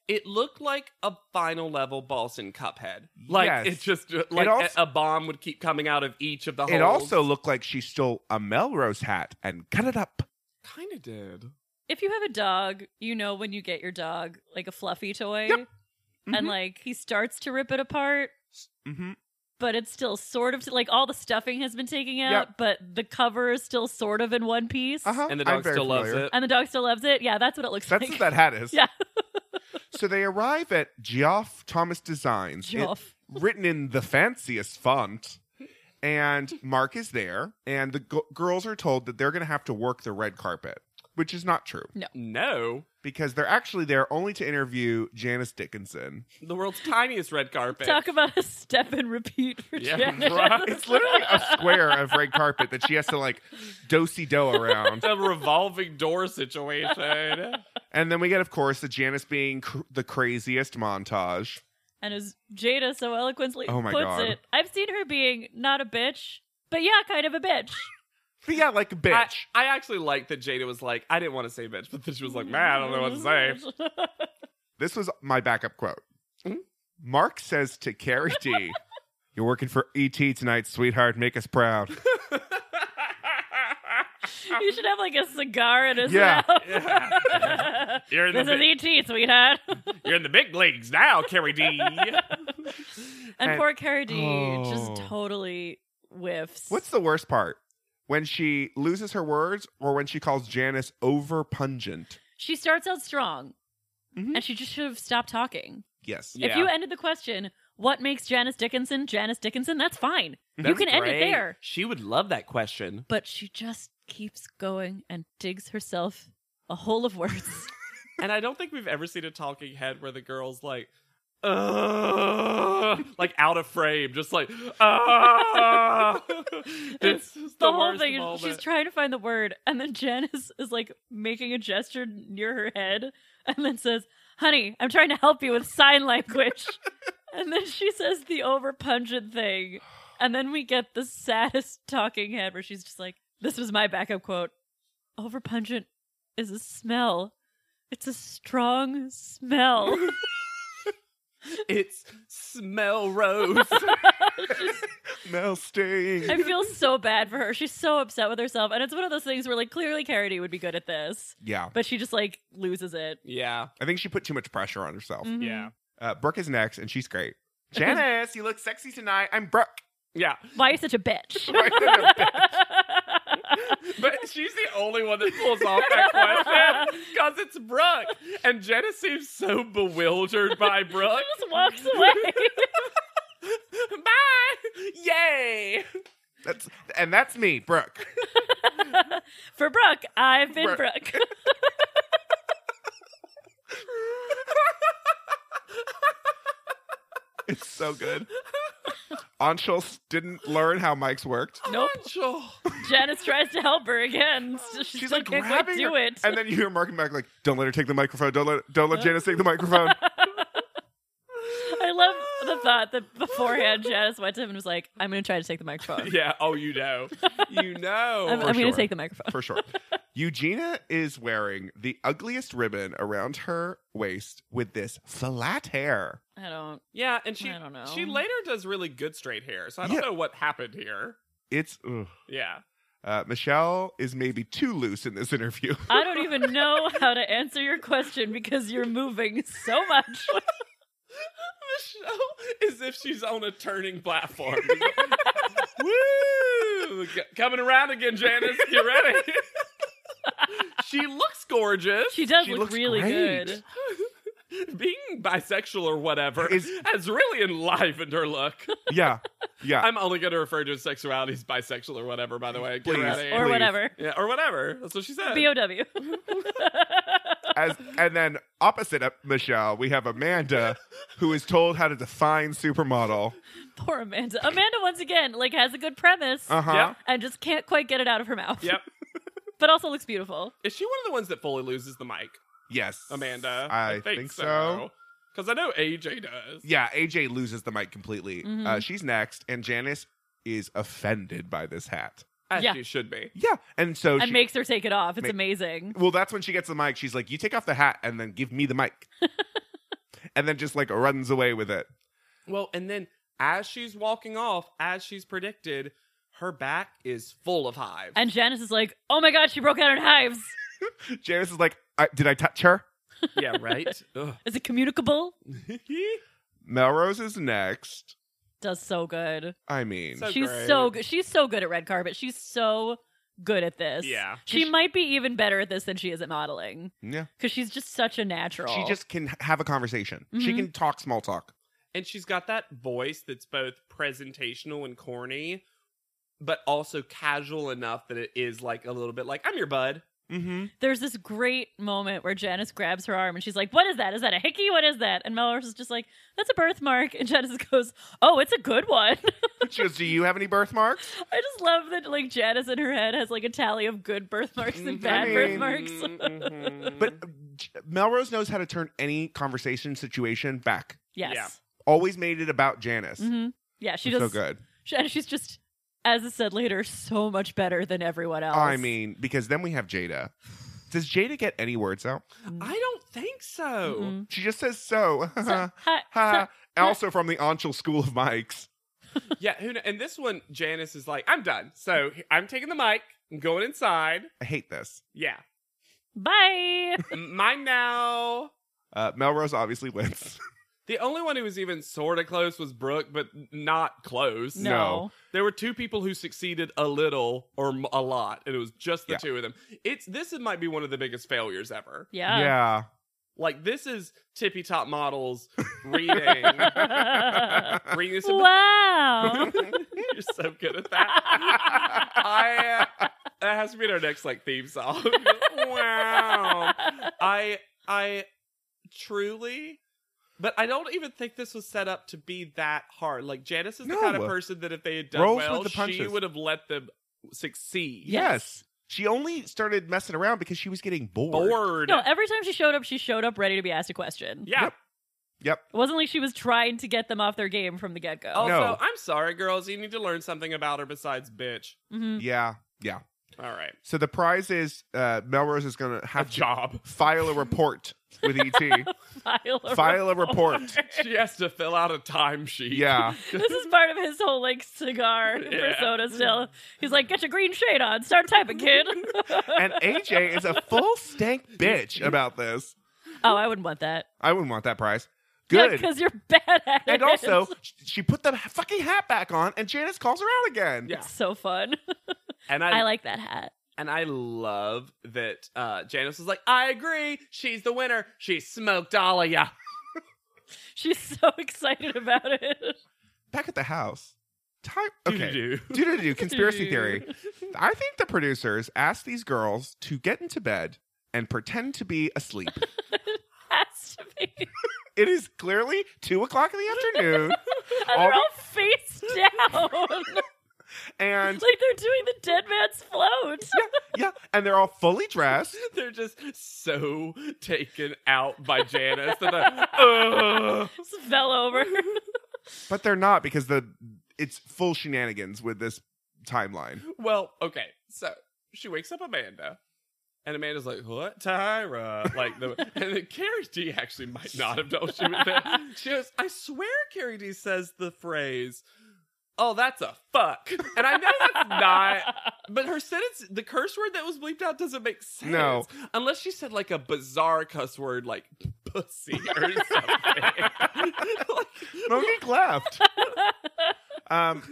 Speaker 5: it looked like a final level boss in Cuphead. Like
Speaker 4: Yes.
Speaker 5: it just uh, like
Speaker 4: als-
Speaker 5: a, a bomb would keep coming out of each of the holes.
Speaker 4: It also looked like she stole a Melrose hat and cut it up.
Speaker 5: kind of did.
Speaker 3: if you have a dog, you know when you get your dog like a fluffy toy,
Speaker 4: Yep. Mm-hmm.
Speaker 3: and like he starts to rip it apart,
Speaker 4: hmm
Speaker 3: but it's still sort of like all the stuffing has been taken out, but the cover is still sort of in one piece,
Speaker 4: Uh-huh.
Speaker 5: And the
Speaker 4: I'm
Speaker 5: dog
Speaker 4: very
Speaker 5: still loves
Speaker 4: familiar.
Speaker 5: it.
Speaker 3: and the dog still loves it. Yeah, that's what it looks
Speaker 4: That's
Speaker 3: like.
Speaker 4: what that hat is.
Speaker 3: Yeah.
Speaker 4: so they arrive at Geoff Thomas Designs. It-
Speaker 3: Geoff.
Speaker 4: written in the fanciest font. And Mark is there, and the g- girls are told that they're going to have to work the red carpet, which is not true
Speaker 5: No.
Speaker 4: because they're actually there only to interview Janice Dickinson.
Speaker 5: The world's tiniest red carpet.
Speaker 3: Talk about a step and repeat for
Speaker 5: Yeah,
Speaker 3: Janet.
Speaker 5: right.
Speaker 4: It's literally a square of red carpet that she has to like dosey do around.
Speaker 5: a revolving door situation.
Speaker 4: And then we get, of course, the Janice being cr- the craziest montage.
Speaker 3: And as Jada so eloquently
Speaker 4: Oh my
Speaker 3: puts
Speaker 4: God.
Speaker 3: it, I've seen her being not a bitch, but yeah, kind of a bitch.
Speaker 4: But yeah, like a bitch.
Speaker 5: I, I actually like that Jada was like, I didn't want to say bitch, but then she was like, man, I don't know what to say.
Speaker 4: This was my backup quote.
Speaker 5: Mhm.
Speaker 4: Mark says to Carrie D, You're working for ET tonight, sweetheart. Make us proud.
Speaker 3: you should have like a cigar in his
Speaker 4: Yeah.
Speaker 3: mouth.
Speaker 5: Yeah. You're in, the
Speaker 3: this
Speaker 5: big,
Speaker 3: is ET, sweetheart.
Speaker 5: you're in the big leagues now, Carrie D.
Speaker 3: and
Speaker 4: And-
Speaker 3: poor Cara D just
Speaker 4: Oh.
Speaker 3: totally whiffs.
Speaker 4: What's the worst part? When she loses her words or when she calls Janice over pungent?
Speaker 3: she starts out strong,
Speaker 4: Mhm.
Speaker 3: and she just should have stopped talking.
Speaker 4: Yes.
Speaker 5: Yeah.
Speaker 3: If you ended the question, "What makes Janice Dickinson Janice Dickinson?" That's fine.
Speaker 4: Mm-hmm.
Speaker 3: you
Speaker 5: That's
Speaker 3: can end it
Speaker 5: great.
Speaker 3: there.
Speaker 5: She would love that question.
Speaker 3: But she just keeps going and digs herself a hole of words.
Speaker 5: And I don't think we've ever seen a talking head where the girl's like, "Ugh," like out of frame, just like, "Ugh." it's
Speaker 3: the,
Speaker 5: just the,
Speaker 3: whole
Speaker 5: worst
Speaker 3: thing is
Speaker 5: moment.
Speaker 3: she's trying to find the word and then janice is like making a gesture near her head and then says honey i'm trying to help you with sign language and then she says the over pungent thing and then we get the saddest talking head where she's just like this was my backup quote over pungent is a smell it's a strong smell
Speaker 5: it's smell rose.
Speaker 4: Mel Sting.
Speaker 3: i feel so bad for her she's so upset with herself and it's one of those things where like clearly carity would be good at this
Speaker 4: yeah.
Speaker 3: but she just like loses it
Speaker 5: yeah,
Speaker 4: I think she put too much pressure on herself.
Speaker 3: Mhm.
Speaker 5: yeah,
Speaker 4: Uh, Brooke is next, and she's great. Janice, you look sexy tonight. I'm Brooke.
Speaker 5: yeah.
Speaker 3: Mm-hmm. Why are you such a bitch?
Speaker 4: Why are you such
Speaker 5: But she's the only one that pulls off that question because it's Brooke, and Jenna seems so bewildered by Brooke.
Speaker 3: Just walks away.
Speaker 5: Bye, yay.
Speaker 4: That's and that's me, Brooke.
Speaker 3: For Brooke, I've been
Speaker 4: Brooke.
Speaker 3: Brooke.
Speaker 4: It's so good. Anshul didn't learn how mics worked.
Speaker 3: Nope.
Speaker 5: Angel.
Speaker 3: Janice tries to help her again. She
Speaker 4: She's,
Speaker 3: still
Speaker 4: like
Speaker 3: can't quite
Speaker 4: grabbing
Speaker 3: do
Speaker 4: her-
Speaker 3: it.
Speaker 4: and then you hear Mark and Mac like, "Don't let her take the microphone. Don't let don't let Janice take the microphone."
Speaker 3: I love the thought that beforehand Janice went to him and was like, I'm going to try to take the microphone.
Speaker 5: Yeah. Oh, you know. You know.
Speaker 3: I'm, I'm going
Speaker 4: sure.
Speaker 3: to take the microphone.
Speaker 4: for sure. Eugenia is wearing the ugliest ribbon around her waist with this flat hair.
Speaker 3: I don't.
Speaker 5: Yeah, and she
Speaker 3: I don't know.
Speaker 5: she later does really good straight hair, so I don't
Speaker 4: Yeah.
Speaker 5: know what happened here.
Speaker 4: It's ugh.
Speaker 5: Yeah.
Speaker 4: Uh, Michelle is maybe too loose in this interview.
Speaker 3: I don't even know how to answer your question because you're moving so much.
Speaker 5: Michelle is if she's on a turning platform. Woo! C- coming around again, Janice. Get ready. she looks gorgeous.
Speaker 3: She does
Speaker 4: She
Speaker 3: look
Speaker 4: looks
Speaker 3: really
Speaker 4: great.
Speaker 3: good.
Speaker 5: Being bisexual or whatever
Speaker 4: Is-
Speaker 5: has really enlivened her look.
Speaker 4: yeah, yeah.
Speaker 5: I'm only going to refer to sexuality as bisexual or whatever, by the way. Get
Speaker 4: Please.
Speaker 5: ready.
Speaker 3: Or
Speaker 4: Please.
Speaker 3: whatever.
Speaker 5: yeah, or whatever. That's what she said.
Speaker 3: BOW.
Speaker 4: As and then opposite of Michelle, we have Amanda, who is told how to define supermodel.
Speaker 3: Poor Amanda. Amanda once again like has a good premise
Speaker 4: Uh huh.
Speaker 5: Yeah.
Speaker 3: and just can't quite get it out of her mouth.
Speaker 5: yep.
Speaker 3: But also looks beautiful.
Speaker 5: Is she one of the ones that fully loses the mic?
Speaker 4: Yes,
Speaker 5: Amanda.
Speaker 4: I, think, so.
Speaker 5: Because I know AJ does.
Speaker 4: Yeah, AJ loses the mic completely.
Speaker 3: Mhm.
Speaker 4: Uh, she's next, and Janice is offended by this hat.
Speaker 5: As
Speaker 3: Yeah.
Speaker 5: she should be.
Speaker 4: Yeah, and so
Speaker 3: and
Speaker 4: Oh, she,
Speaker 3: makes her take it off. It's
Speaker 4: Ma-
Speaker 3: amazing.
Speaker 4: well, that's when she gets the mic. She's like, "You take off the hat and then give me the mic," and then just like runs away with it.
Speaker 5: Well, and then as she's walking off, as she's predicted, her back is full of hives.
Speaker 3: And Janice is like, oh my god, she broke out in hives.
Speaker 4: Janice is like, I, "Did I touch her?"
Speaker 5: yeah, right? Ugh.
Speaker 3: Is it communicable?
Speaker 4: Melrose is next.
Speaker 3: Does so good.
Speaker 4: I mean,
Speaker 5: So
Speaker 3: she's
Speaker 5: great.
Speaker 3: so good. She's so good at red carpet. She's so good at this.
Speaker 5: Yeah.
Speaker 3: She might be even better at this than she is at modeling
Speaker 4: yeah,
Speaker 3: because she's just such a natural.
Speaker 4: she just can have a conversation. She
Speaker 3: Mhm.
Speaker 4: can talk small talk.
Speaker 5: and she's got that voice that's both presentational and corny, but also casual enough that it is like a little bit like, I'm your bud.
Speaker 4: Mm-hmm.
Speaker 3: There's this great moment where Janice grabs her arm and she's like, What is that? Is that a hickey? What is that? And Melrose is just like, That's a birthmark. And Janice goes, Oh, it's a good one.
Speaker 4: She goes, "Do you have any birthmarks?"
Speaker 3: I just love that, like, Janice in her head has, like, a tally of good birthmarks and
Speaker 5: Mhm.
Speaker 3: bad
Speaker 4: I mean-
Speaker 3: birthmarks.
Speaker 5: Mhm.
Speaker 4: But uh, J- Melrose knows how to turn any conversation situation back.
Speaker 3: Yes.
Speaker 4: Always made it about Janice.
Speaker 3: Yeah. hmm Yeah, she
Speaker 4: It's
Speaker 3: does.
Speaker 4: so good.
Speaker 3: She, she's just, as I said later, so much better than everyone else.
Speaker 4: I mean, because then we have Jada. Does Jada get any words out?
Speaker 3: Mm-hmm.
Speaker 5: I don't think so.
Speaker 3: Mhm.
Speaker 4: She just says so.
Speaker 3: So- hi-
Speaker 4: Ha.
Speaker 3: so-
Speaker 4: also from the Anshul School of Mics.
Speaker 5: Yeah, who kn- and this one, Janice is like, I'm done. So I'm taking the mic. I'm going inside.
Speaker 4: I hate this.
Speaker 5: Yeah.
Speaker 3: bye.
Speaker 5: Mine now.
Speaker 4: Uh, Melrose obviously wins.
Speaker 5: The only one who was even sort of close was Brooke, but not close.
Speaker 3: No.
Speaker 5: There were two people who succeeded a little or m- a lot, and it was just the
Speaker 4: Yeah.
Speaker 5: two of them. It's this is- might be one of the biggest failures ever.
Speaker 3: Yeah.
Speaker 4: yeah.
Speaker 5: Like this is tippy top models reading. reading this
Speaker 3: wow.
Speaker 5: You're so good at that. I uh, that has to be our next like theme song. wow. I I truly but I don't even think this was set up to be that hard. Like Janice is the
Speaker 4: No.
Speaker 5: kind of person that if they had done
Speaker 4: Rolls with
Speaker 5: well,
Speaker 4: the
Speaker 5: she
Speaker 4: punches.
Speaker 5: would have let them succeed.
Speaker 3: Yeah. Yes.
Speaker 4: Yes. She only started messing around because she was getting bored.
Speaker 5: Bored.
Speaker 3: No, every time she showed up, she showed up ready to be asked a question.
Speaker 5: yeah.
Speaker 4: Yep. Yep.
Speaker 3: It wasn't like she was trying to get them off their game from the get go.
Speaker 5: Also,
Speaker 4: Oh, No.
Speaker 5: I'm sorry, girls. You need to learn something about her besides bitch.
Speaker 3: hmm
Speaker 4: Yeah. Yeah.
Speaker 5: All right.
Speaker 4: So the prize is uh, Melrose is going to
Speaker 5: A
Speaker 4: have to
Speaker 5: job.
Speaker 4: file a report with ET.
Speaker 3: File a
Speaker 4: file a report.
Speaker 5: She has to fill out a timesheet.
Speaker 4: yeah.
Speaker 3: This is part of his whole like cigar
Speaker 5: Yeah.
Speaker 3: persona still. He's like, get your green shade on, start typing, kid.
Speaker 4: And AJ is a full stank bitch about this.
Speaker 3: oh, I wouldn't want that.
Speaker 4: I wouldn't want that prize. Good.
Speaker 3: Because you're bad at it.
Speaker 4: and also, sh- she put the fucking hat back on, and Janice calls her out again.
Speaker 5: Yeah.
Speaker 3: It's so fun.
Speaker 5: And
Speaker 3: I
Speaker 5: I,
Speaker 3: like that hat.
Speaker 5: and I love that uh, Janice was like, I agree. She's the winner. She smoked all of ya.
Speaker 3: She's so excited about it.
Speaker 4: Back at the house. Time. Okay.
Speaker 5: Doo-doo-doo.
Speaker 4: Do do do. Conspiracy theory. I think the producers asked these girls to get into bed and pretend to be asleep.
Speaker 3: Has to be. And
Speaker 4: it is clearly two o'clock in the afternoon,
Speaker 3: they're
Speaker 4: All-
Speaker 3: all face down.
Speaker 4: and
Speaker 3: like they're doing the dead man's float.
Speaker 4: yeah, and they're all fully dressed.
Speaker 5: They're just so taken out by Janice. that they're, "Ugh."
Speaker 3: Just fell over.
Speaker 4: But they're not because the it's full shenanigans with this timeline.
Speaker 5: well, okay. So she wakes up Amanda And Amanda's like, "What, Tyra?" Like the and then Carrie D actually might not have known she was there. She goes, "I swear, Carrie D says the phrase." Oh, that's a fuck. And I know that's not, but her sentence, the curse word that was bleeped out doesn't make sense.
Speaker 4: No.
Speaker 5: Unless she said like a bizarre cuss word like pussy or something. Like,
Speaker 4: Monique left. Um,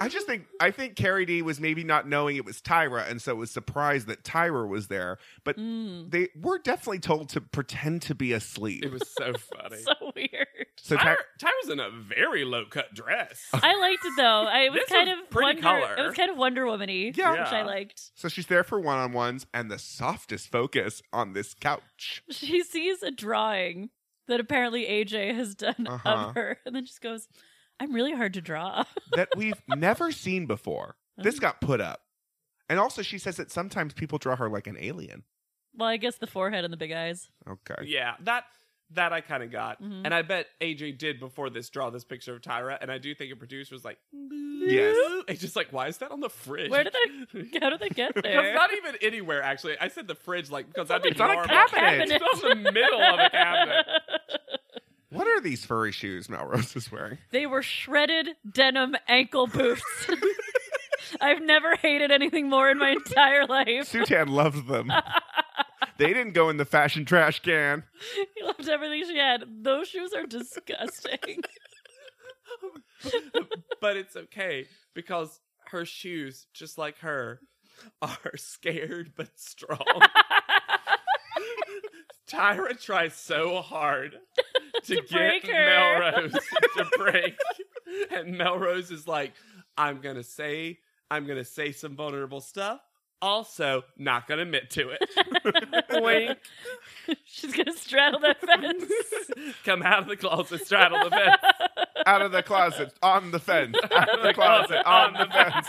Speaker 4: I just think I think Carrie D was maybe not knowing it was Tyra, and so was surprised that Tyra was there. But
Speaker 3: Mm,
Speaker 4: they were definitely told to pretend to be asleep.
Speaker 5: it was so funny.
Speaker 3: so weird.
Speaker 4: so Ty-
Speaker 5: Tyra, Tyra's in a very low cut dress.
Speaker 3: I liked it though. I, it was
Speaker 5: This
Speaker 3: kind
Speaker 5: is
Speaker 3: of Wonder,
Speaker 5: pretty color.
Speaker 3: It was kind of Wonder Womany,
Speaker 4: Yeah.
Speaker 3: which I
Speaker 5: Yeah.
Speaker 3: liked.
Speaker 4: so she's there for one on ones and the softest focus on this couch.
Speaker 3: She sees a drawing that apparently AJ has done
Speaker 4: Uh-huh.
Speaker 3: of her, and then just goes, "I'm really hard to draw."
Speaker 4: that we've never seen before. This got put up. And also, she says that sometimes people draw her like an alien.
Speaker 3: well, I guess the forehead and the big eyes.
Speaker 4: Okay.
Speaker 5: Yeah, that that I kind of got,
Speaker 3: Mhm.
Speaker 4: Mm-hmm.
Speaker 5: and I bet AJ did before this draw this picture of Tyra, and I do think a producer was like,
Speaker 4: Yes.
Speaker 5: it's just like why is that on the fridge?
Speaker 3: Where did that? How did that get
Speaker 5: It's
Speaker 3: there?
Speaker 5: not even anywhere actually. I said the fridge like because that'd be
Speaker 4: It's on a
Speaker 5: normal.
Speaker 4: cabinet.
Speaker 5: It's on the middle of a cabinet.
Speaker 4: What are these furry shoes Melrose is wearing?
Speaker 3: They were shredded denim ankle boots. I've never hated anything more in my entire life.
Speaker 4: Sutan loves them. they didn't go in the fashion trash can.
Speaker 3: He loved everything she had. Those shoes are disgusting.
Speaker 5: But it's okay because her shoes, just like her, are scared but strong. Tyra tries so hard to, get
Speaker 3: break her.
Speaker 5: Melrose to break. And Melrose is like, I'm gonna say, I'm gonna say some vulnerable stuff. Also, not gonna admit to it. Wink.
Speaker 3: She's gonna straddle that fence.
Speaker 5: Come out of the closet, straddle the fence.
Speaker 4: Out of the closet, on the fence. Out of the closet, on the fence.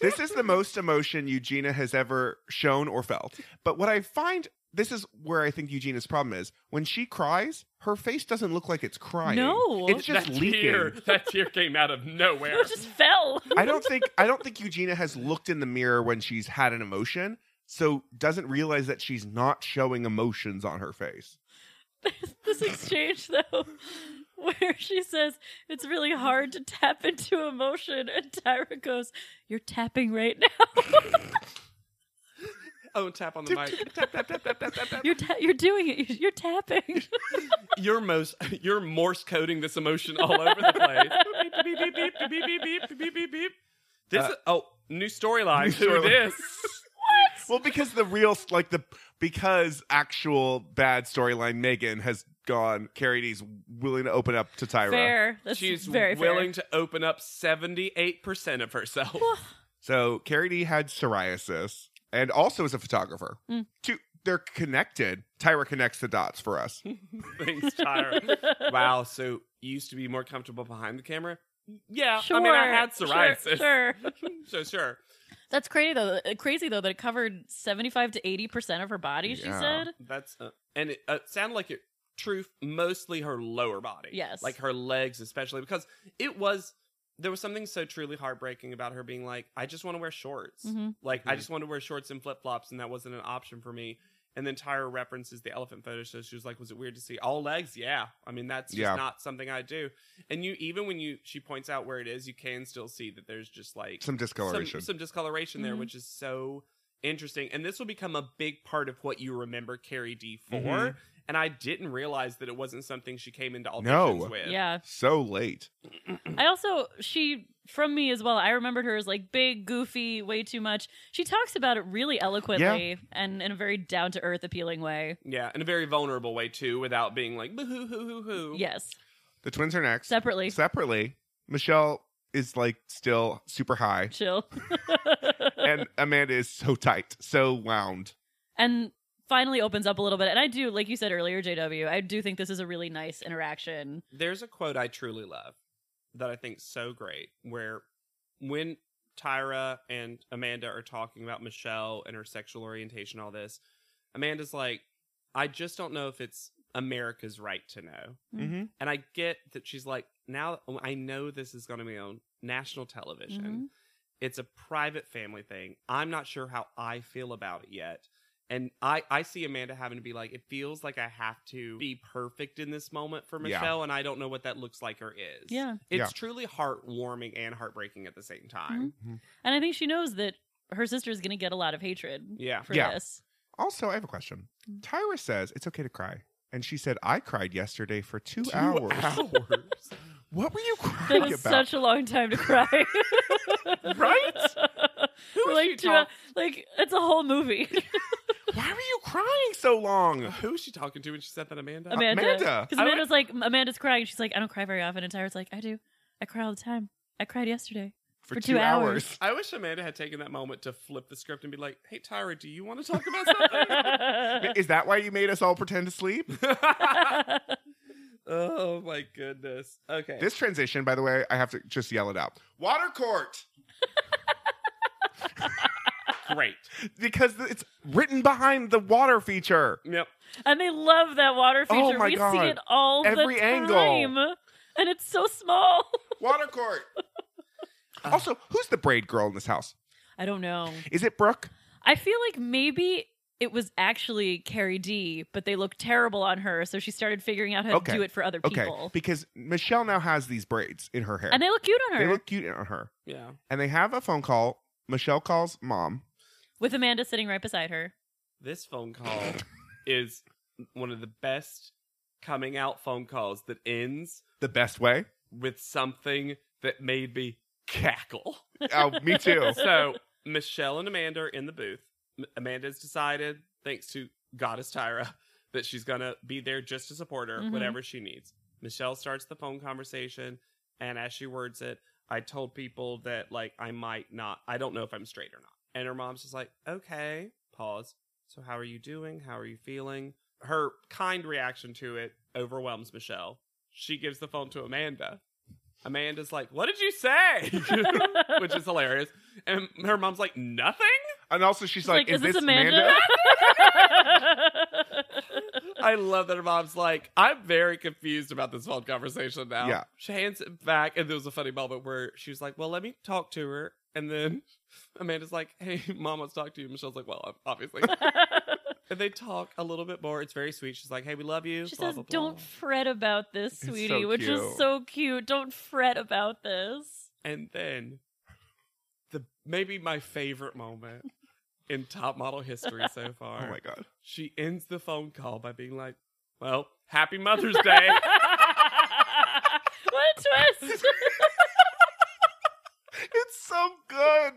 Speaker 4: This is the most emotion Eugenia has ever shown or felt. But what I find, this is where I think Eugenia's problem is. When she cries, her face doesn't look like it's crying.
Speaker 3: No.
Speaker 4: It's just
Speaker 5: that
Speaker 4: leaking.
Speaker 5: Tear, that tear came out of nowhere.
Speaker 3: It just fell.
Speaker 4: I don't think I don't think Eugenia has looked in the mirror when she's had an emotion, so doesn't realize that she's not showing emotions on her face.
Speaker 3: this exchange though where she says it's really hard to tap into emotion and tyra goes you're tapping right now
Speaker 5: Oh, tap on the mic. tap, tap, tap, tap, tap, tap, tap.
Speaker 3: you're ta- you're doing it you're, you're tapping
Speaker 5: You're most you're Morse coding this emotion all over the place. beep, beep, beep, beep, beep, beep, beep, beep, beep, beep. This
Speaker 4: Uh,
Speaker 5: is, oh new storyline.
Speaker 4: new
Speaker 5: Who
Speaker 4: storyline.
Speaker 5: this?
Speaker 4: Well, because the real like the because actual bad storyline Megan has gone. Carrie D's willing to open up to Tyra,
Speaker 3: fair that's
Speaker 5: She's
Speaker 3: very
Speaker 5: willing
Speaker 3: fair.
Speaker 5: to open up seventy eight percent of herself.
Speaker 4: so Carrie D had psoriasis and also is a photographer.
Speaker 3: Mm.
Speaker 4: Two, they're connected. Tyra connects the dots for us.
Speaker 5: Thanks, Tyra. wow. So you used to be more comfortable behind the camera. Yeah, I mean, I had
Speaker 3: Sure,
Speaker 5: psoriasis,
Speaker 3: sure,
Speaker 5: so sure.
Speaker 3: that's crazy though. uh, Crazy though that it covered seventy-five to eighty percent of her body. She
Speaker 4: Yeah.
Speaker 3: said,
Speaker 5: That's uh, and it uh, sounded like it. Truth, mostly her lower body.
Speaker 3: Yes.
Speaker 5: like her legs, especially because it was there was something so truly heartbreaking about her being like, I just want to wear shorts.
Speaker 3: Mhm.
Speaker 5: Like I
Speaker 4: Mhm.
Speaker 5: just want to wear shorts and flip flops, and that wasn't an option for me. And then Tyra references the elephant photo, so she was like, "Was it weird to see all legs? Yeah, I mean that's just
Speaker 4: Yeah.
Speaker 5: not something I do." And you, even when you she points out where it is, you can still see that there's just like
Speaker 4: Some discoloration.
Speaker 5: some, some discoloration there,
Speaker 3: Mhm.
Speaker 5: which is so interesting. And this will become a big part of what you remember Carrie D for.
Speaker 4: Mhm.
Speaker 5: And I didn't realize that it wasn't something she came into auditions
Speaker 4: No.
Speaker 5: with.
Speaker 3: "Yeah,
Speaker 4: so late.
Speaker 3: I also she from me as well. I remembered her as like big, goofy, way too much. She talks about it really eloquently and in a very down to earth, appealing way.
Speaker 5: Yeah, in a very vulnerable way too, without being like boo hoo hoo hoo hoo.
Speaker 3: Yes,
Speaker 4: The twins are next.
Speaker 3: separately,
Speaker 4: Separately, Michelle is like still super high.
Speaker 3: chill.
Speaker 4: and Amanda is so tight, so wound.
Speaker 3: and finally opens up a little bit. And I do, like you said earlier, JW. I do think this is a really nice interaction.
Speaker 5: There's a quote I truly love that I think's so great where when Tyra and Amanda are talking about Michelle and her sexual orientation, all this, Amanda's like, I just don't know if it's America's right to know.
Speaker 4: Mm-hmm.
Speaker 5: And
Speaker 3: Mm-hmm.
Speaker 5: I get that she's like, now I know this is going to be on national television. It's a private family thing. I'm not sure how I feel about it yet. And I, I see Amanda having to be like, it feels like I have to be perfect in this moment for
Speaker 4: Yeah.
Speaker 5: Michelle, and I don't know what that looks like or is.
Speaker 3: Yeah.
Speaker 5: It's
Speaker 4: Yeah.
Speaker 5: truly heartwarming and heartbreaking at the same time.
Speaker 3: And I think she knows that her sister is going to get a lot of hatred
Speaker 5: Yeah.
Speaker 3: for
Speaker 4: Yeah.
Speaker 3: this.
Speaker 4: Also, I have a question.
Speaker 3: Mm.
Speaker 4: Tyra says it's okay to cry. And she said, I cried yesterday for two,
Speaker 3: Mm-hmm.
Speaker 5: Two
Speaker 4: hours.
Speaker 5: hours.
Speaker 4: What were you crying
Speaker 3: That was
Speaker 4: about?
Speaker 3: such a long time to cry.
Speaker 5: Right? Who
Speaker 3: For
Speaker 5: is she
Speaker 3: like two,
Speaker 5: talk-
Speaker 3: like it's a whole movie.
Speaker 4: Why were you crying so long?
Speaker 5: Who was she talking to when she said that, Amanda?
Speaker 3: Amanda.
Speaker 4: Uh, Amanda.
Speaker 3: Because
Speaker 5: I would-
Speaker 3: Amanda's like Amanda's crying. She's like, I don't cry very often. And Tyra's like, I do. I cry all the time. I cried yesterday. For two hours.
Speaker 5: I wish Amanda had taken that moment to flip the script and be like, "Hey, Tyra, do you want to talk about something?"
Speaker 4: Is that why you made us all pretend to sleep?
Speaker 5: oh my goodness. Okay.
Speaker 4: This transition, by the way, I have to just yell it out. Water court,
Speaker 5: great.
Speaker 4: because th- it's written behind the water feature.
Speaker 5: Yep.
Speaker 3: and they love that water feature.
Speaker 4: Oh my
Speaker 3: we
Speaker 4: God.
Speaker 3: see it all
Speaker 4: Every
Speaker 3: the
Speaker 4: angle.
Speaker 3: time. And it's so small.
Speaker 4: Water court.
Speaker 5: Ah,
Speaker 4: also, who's the braid girl in this house?
Speaker 3: I don't know.
Speaker 4: Is it Brooke?
Speaker 3: I feel like maybe it was actually Carrie D, but they looked terrible on her, so she started figuring out how
Speaker 4: Okay.
Speaker 3: to do it for other
Speaker 4: Okay,
Speaker 3: people.
Speaker 4: because Michelle now has these braids in her hair.
Speaker 3: And they look cute on her.
Speaker 4: They look cute on her.
Speaker 5: Yeah.
Speaker 4: And they have a phone call. Michelle calls mom.
Speaker 3: With Amanda sitting right beside her.
Speaker 5: This phone call is one of the best coming out phone calls that ends
Speaker 4: The best way.
Speaker 5: with something that made me cackle.
Speaker 4: Oh, me too.
Speaker 5: so Michelle and Amanda are in the booth. M- Amanda's decided, thanks to Goddess Tyra, that she's gonna be there just to support her,
Speaker 3: Mhm.
Speaker 5: whatever she needs. Michelle starts the phone conversation, and as she words it, I told people that like I might not, I don't know if I'm straight or not. And her mom's just like, okay, pause. So how are you doing? How are you feeling? Her kind reaction to it overwhelms Michelle. She gives the phone to Amanda. Amanda's like, what did you say? which is hilarious. And her mom's like, nothing?
Speaker 4: And also, she's
Speaker 3: She's
Speaker 4: like, "Is, this Amanda?"
Speaker 5: I love that her mom's like, I'm very confused about this phone conversation now.
Speaker 4: Yeah.
Speaker 5: She hands it back, and there was a funny moment where she was like, well, let me talk to her. And then Amanda's like, hey, mom wants to talk to you. Michelle's like, well, obviously. and they talk a little bit more. It's very sweet. She's like, hey, we love you.
Speaker 3: she
Speaker 5: blah,
Speaker 3: says,
Speaker 5: blah, blah.
Speaker 3: Don't fret about this,
Speaker 4: so
Speaker 3: sweetie, which
Speaker 4: cute.
Speaker 3: is so cute. Don't fret about this.
Speaker 5: And then the maybe my favorite moment in top model history so far.
Speaker 4: Oh my god.
Speaker 5: she ends the phone call by being like, "Well, happy Mother's Day."
Speaker 3: what a twist!
Speaker 4: It's so good.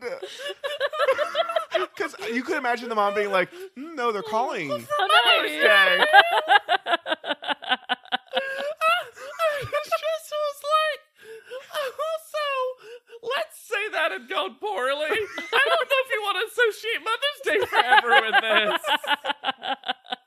Speaker 4: Because you could imagine the mom being like, "Mm, no, they're calling.
Speaker 3: How nice.
Speaker 4: Day.
Speaker 5: I just was like, also, let's say that had gone poorly. I don't know if you want to associate Mother's Day forever with this.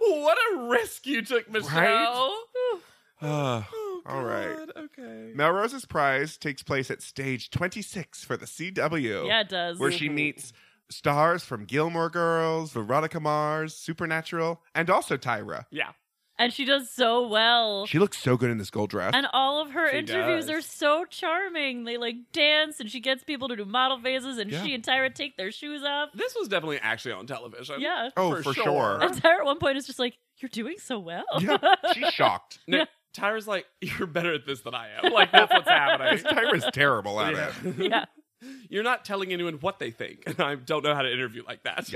Speaker 5: What a risk you took, Michelle.
Speaker 4: Ugh.
Speaker 5: Oh,
Speaker 4: All right.
Speaker 5: God, Okay.
Speaker 4: Melrose's Prize takes place at stage 26 for the CW,
Speaker 3: yeah, it does.
Speaker 4: where she meets stars from Gilmore Girls, Veronica Mars, Supernatural, and also Tyra.
Speaker 5: Yeah.
Speaker 3: and she does so well.
Speaker 4: She looks so good in this gold dress.
Speaker 3: and all of her
Speaker 5: She
Speaker 3: interviews
Speaker 5: does.
Speaker 3: are so charming. They like dance, and she gets people to do model phases, and
Speaker 4: Yeah.
Speaker 3: she and Tyra take their shoes off.
Speaker 5: This was definitely actually on television.
Speaker 3: Yeah.
Speaker 4: oh,
Speaker 5: for
Speaker 4: for,
Speaker 5: sure.
Speaker 4: sure.
Speaker 3: And Tyra at one point is just like, "You're doing so well."
Speaker 4: yeah, she's shocked.
Speaker 5: No, Tyra's like, you're better at this than I am. Like, that's what's happening.
Speaker 4: Tyra's terrible at it.
Speaker 3: Yeah.
Speaker 5: You're not telling anyone what they think, and I don't know how to interview like that.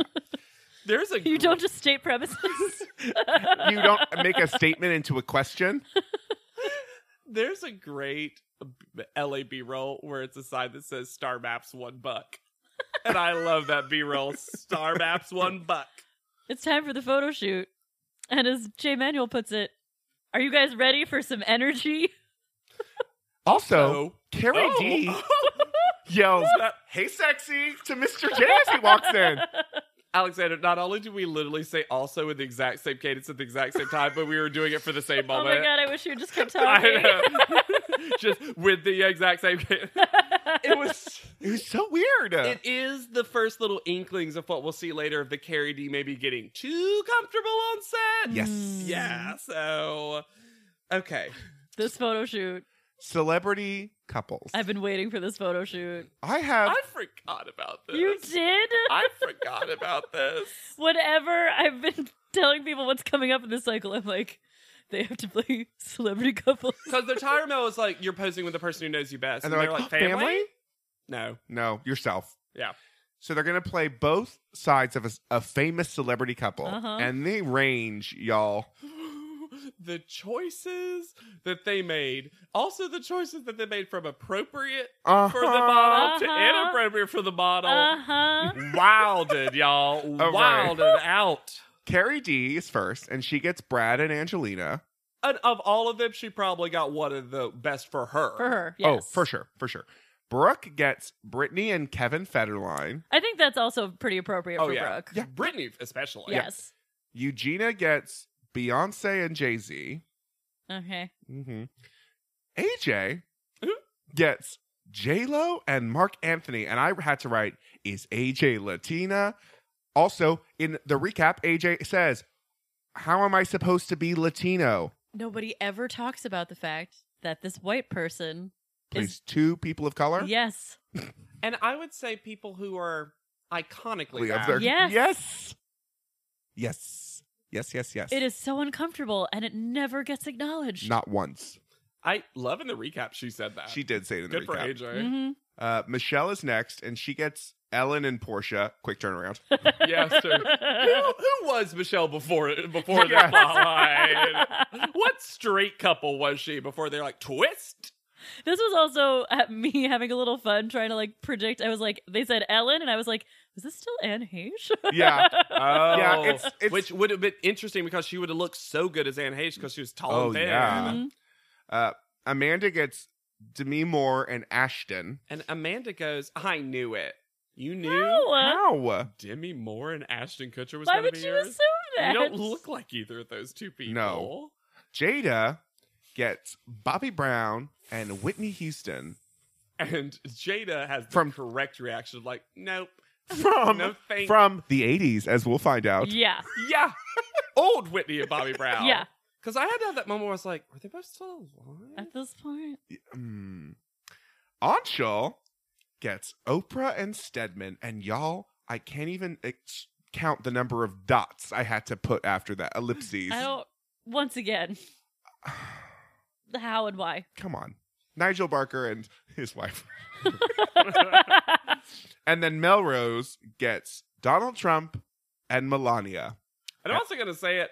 Speaker 5: There's a
Speaker 3: You
Speaker 5: gr-
Speaker 3: don't just state premises.
Speaker 4: You don't make a statement into a question.
Speaker 5: there's a great LA B roll where it's a sign that says Star Maps one buck, and I love that B roll. Star Maps one buck.
Speaker 3: It's time for the photo shoot. And as Jay Manuel puts it, are you guys ready for some energy?
Speaker 4: Also, Carrie
Speaker 5: Oh.
Speaker 4: D yells, "Hey, sexy!" to Mr. J as he walks in.
Speaker 5: Alexander, not only do we literally say also in the exact same cadence at the exact same time, but we were doing it for the same
Speaker 3: Oh
Speaker 5: moment.
Speaker 3: my god, I wish you had just kept talking.
Speaker 5: I know. Just with the exact same. it was.
Speaker 4: It was so weird.
Speaker 5: It is the first little inklings of what we'll see later of the Carrie D maybe getting too comfortable on set.
Speaker 4: yes.
Speaker 3: Hmm.
Speaker 5: Yeah. So, okay.
Speaker 3: This photo shoot.
Speaker 4: Celebrity couples.
Speaker 3: I've been waiting for this photo shoot.
Speaker 4: I have.
Speaker 5: I forgot about this.
Speaker 3: You did?
Speaker 5: I forgot about this.
Speaker 3: Whenever I've been telling people what's coming up in this cycle, I'm like, they have to play celebrity couples.
Speaker 5: Because the tire mill is like you're posing with the person who knows you best,
Speaker 4: and they're, like, family?
Speaker 5: No,
Speaker 4: No, yourself.
Speaker 5: yeah,
Speaker 4: So they're gonna play both sides of a, a famous celebrity couple,
Speaker 3: Uh-huh.
Speaker 4: and they range, y'all.
Speaker 5: the choices that they made, also the choices that they made from appropriate
Speaker 4: Uh-huh.
Speaker 5: for the model to
Speaker 3: Uh-huh.
Speaker 5: inappropriate for the model.
Speaker 3: Uh huh.
Speaker 5: Wilded, y'all,
Speaker 4: right.
Speaker 5: wilded out.
Speaker 4: Carrie D is first, and she gets Brad and Angelina.
Speaker 5: And of all of them, she probably got one of the best for her.
Speaker 3: For her. Yes.
Speaker 4: Oh, for sure, for sure. Brooke gets Brittany and Kevin Federline.
Speaker 3: I think that's also pretty appropriate
Speaker 5: Oh
Speaker 3: for
Speaker 5: yeah.
Speaker 3: Brooke.
Speaker 5: yeah, Brittany especially.
Speaker 3: Yes.
Speaker 4: Eugenia gets Beyonce and Jay Z.
Speaker 3: Okay.
Speaker 4: Mm-hmm. AJ
Speaker 5: Who?
Speaker 3: Mm-hmm.
Speaker 4: gets J Lo and Mark Anthony, and I had to write is AJ Latina. Also, in the recap, AJ says, "How am I supposed to be Latino?"
Speaker 3: Nobody ever talks about the fact that this white person
Speaker 4: Please, two people of color.
Speaker 3: is. Yes.
Speaker 5: and I would say people who are iconically
Speaker 4: Of
Speaker 5: bad.
Speaker 4: their-
Speaker 3: Yes.
Speaker 4: yes, yes, yes, yes, yes.
Speaker 3: It is so uncomfortable and it never gets acknowledged.
Speaker 4: not once.
Speaker 5: I love in the recap she said that.
Speaker 4: She did say it in the
Speaker 5: Good for
Speaker 4: recap.
Speaker 5: AJ.
Speaker 3: Mhm.
Speaker 4: Uh, Michelle is next, and she gets Ellen and Portia. Quick turnaround.
Speaker 3: Mm-hmm.
Speaker 5: Yes, sir. who, who was Michelle before before the
Speaker 4: Yes.
Speaker 5: plotline? what straight couple was she before they're like twist?
Speaker 3: This was also at me having a little fun trying to like predict. I was like, they said Ellen, and I was like, is this still Anne Heche?
Speaker 4: yeah,
Speaker 5: Oh,
Speaker 4: Yeah, it's- it's-
Speaker 5: which would have been interesting because she would have looked so good as Anne Hayes because she was tall
Speaker 4: Oh,
Speaker 5: and thin.
Speaker 4: yeah.
Speaker 3: Mhm.
Speaker 4: Uh, Amanda gets Demi Moore and Ashton.
Speaker 5: And Amanda goes, "I knew it. You knew
Speaker 3: No.
Speaker 4: How?
Speaker 5: Demi Moore and Ashton Kutcher was
Speaker 3: Why
Speaker 5: going to
Speaker 3: would
Speaker 5: be
Speaker 3: you
Speaker 5: yours.
Speaker 3: assume that?
Speaker 5: You don't look like either of those two people.
Speaker 4: No. Jada gets Bobby Brown and Whitney Houston
Speaker 5: And Jada has the
Speaker 4: From-
Speaker 5: correct reaction, like, nope,
Speaker 4: from
Speaker 5: no thanks.
Speaker 4: from the eighties, as we'll find out.
Speaker 3: Yeah.
Speaker 5: Yeah. Old Whitney and Bobby Brown.
Speaker 3: Yeah.
Speaker 5: Because I had to have that moment where I was like, are they both still alive?
Speaker 3: At this point,
Speaker 4: Mm. Anshul gets Oprah and Stedman, and y'all, I can't even ex- count the number of dots I had to put after that ellipses.
Speaker 3: I don't. Once again, the how and why.
Speaker 4: Come on, Nigel Barker and his wife. And then Melrose gets Donald Trump and Melania.
Speaker 5: And I'm also going to say it.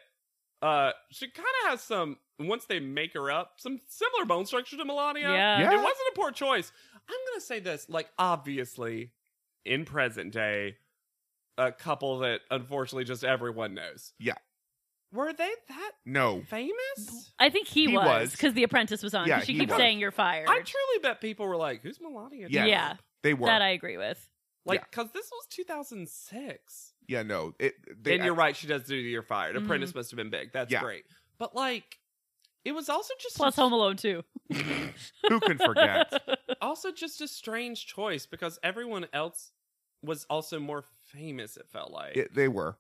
Speaker 5: Uh, she kind of has some, once they make her up, some similar bone structure to Melania.
Speaker 3: Yeah.
Speaker 4: Yeah.
Speaker 5: It wasn't a poor choice. I'm going to say this. Like, obviously, in present day, a couple that unfortunately just everyone knows.
Speaker 4: Yeah.
Speaker 5: Were they that
Speaker 4: No,
Speaker 5: famous?
Speaker 3: I think he,
Speaker 4: He
Speaker 3: was
Speaker 4: was.
Speaker 3: because The Apprentice was on.
Speaker 4: Yeah,
Speaker 3: 'cause she
Speaker 4: he
Speaker 3: keeps
Speaker 5: was.
Speaker 3: saying you're fired.
Speaker 5: I truly bet people were like, who's Melania?
Speaker 4: Yes.
Speaker 3: Yeah,
Speaker 4: they were.
Speaker 3: that I agree with.
Speaker 5: Like,
Speaker 4: Yeah.
Speaker 5: because this was 2006.
Speaker 4: yeah, no. It, they, Mm-hmm.
Speaker 5: and you're right, she does do the year fired.
Speaker 3: Mhm.
Speaker 5: Apprentice must have been big. That's
Speaker 4: Yeah.
Speaker 5: great. But, like, it was also just
Speaker 3: Plus,
Speaker 5: a,
Speaker 3: Home Alone too.
Speaker 4: Who can forget?
Speaker 5: also just a strange choice because everyone else was also more famous. It felt like,
Speaker 4: It- they were.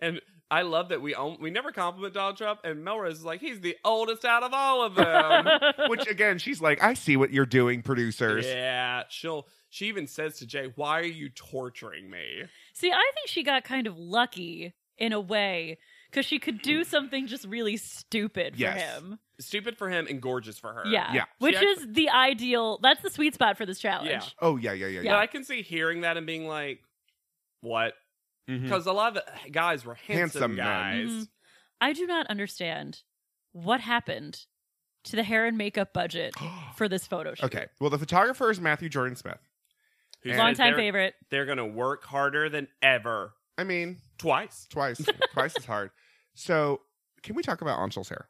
Speaker 5: and I love that we own, we never compliment Donald Trump, and Melrose is like he's the oldest out of all of them.
Speaker 4: Which again, she's like, I see what you're doing, producers.
Speaker 5: yeah, she'll she even says to Jay, "Why are you torturing me?"
Speaker 3: See, I think she got kind of lucky in a way because she could do something just really stupid for
Speaker 4: Yes.
Speaker 3: him.
Speaker 5: Stupid for him and gorgeous for her.
Speaker 3: Yeah.
Speaker 4: Yeah.
Speaker 3: Which
Speaker 5: She
Speaker 3: is the ideal. That's the sweet spot for this challenge.
Speaker 5: Yeah.
Speaker 4: Oh yeah, yeah, yeah,
Speaker 5: But
Speaker 4: yeah.
Speaker 5: I can see hearing that and being like, "What?" Because a lot of the guys were handsome,
Speaker 4: Mm-hmm. Handsome men.
Speaker 5: guys.
Speaker 3: Mhm. I do not understand what happened to the hair and makeup budget for this photo shoot.
Speaker 4: Okay. Well, the photographer is Matthew Jordan Smith.
Speaker 5: Who
Speaker 4: And-
Speaker 3: Long
Speaker 5: says
Speaker 3: time
Speaker 5: they're-
Speaker 3: favorite.
Speaker 5: They're gonna work harder than ever.
Speaker 4: I mean,
Speaker 5: Twice.
Speaker 4: twice, twice as hard. So, can we talk about Anshul's hair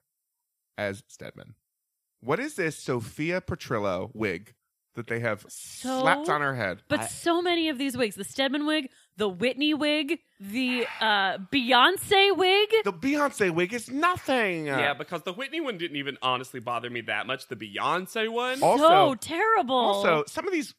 Speaker 4: as Stedman? What is this Sophia Petrillo wig that they have
Speaker 3: So-
Speaker 4: slapped on her head?
Speaker 3: But
Speaker 5: I-
Speaker 3: so many of these wigs the Stedman wig, the Whitney wig, the uh, Beyonce wig.
Speaker 4: The Beyonce wig is nothing.
Speaker 5: Yeah, because the Whitney one didn't even honestly bother me that much. The Beyonce one.
Speaker 4: Oh.
Speaker 3: so
Speaker 4: also-
Speaker 3: terrible.
Speaker 4: Also, some of these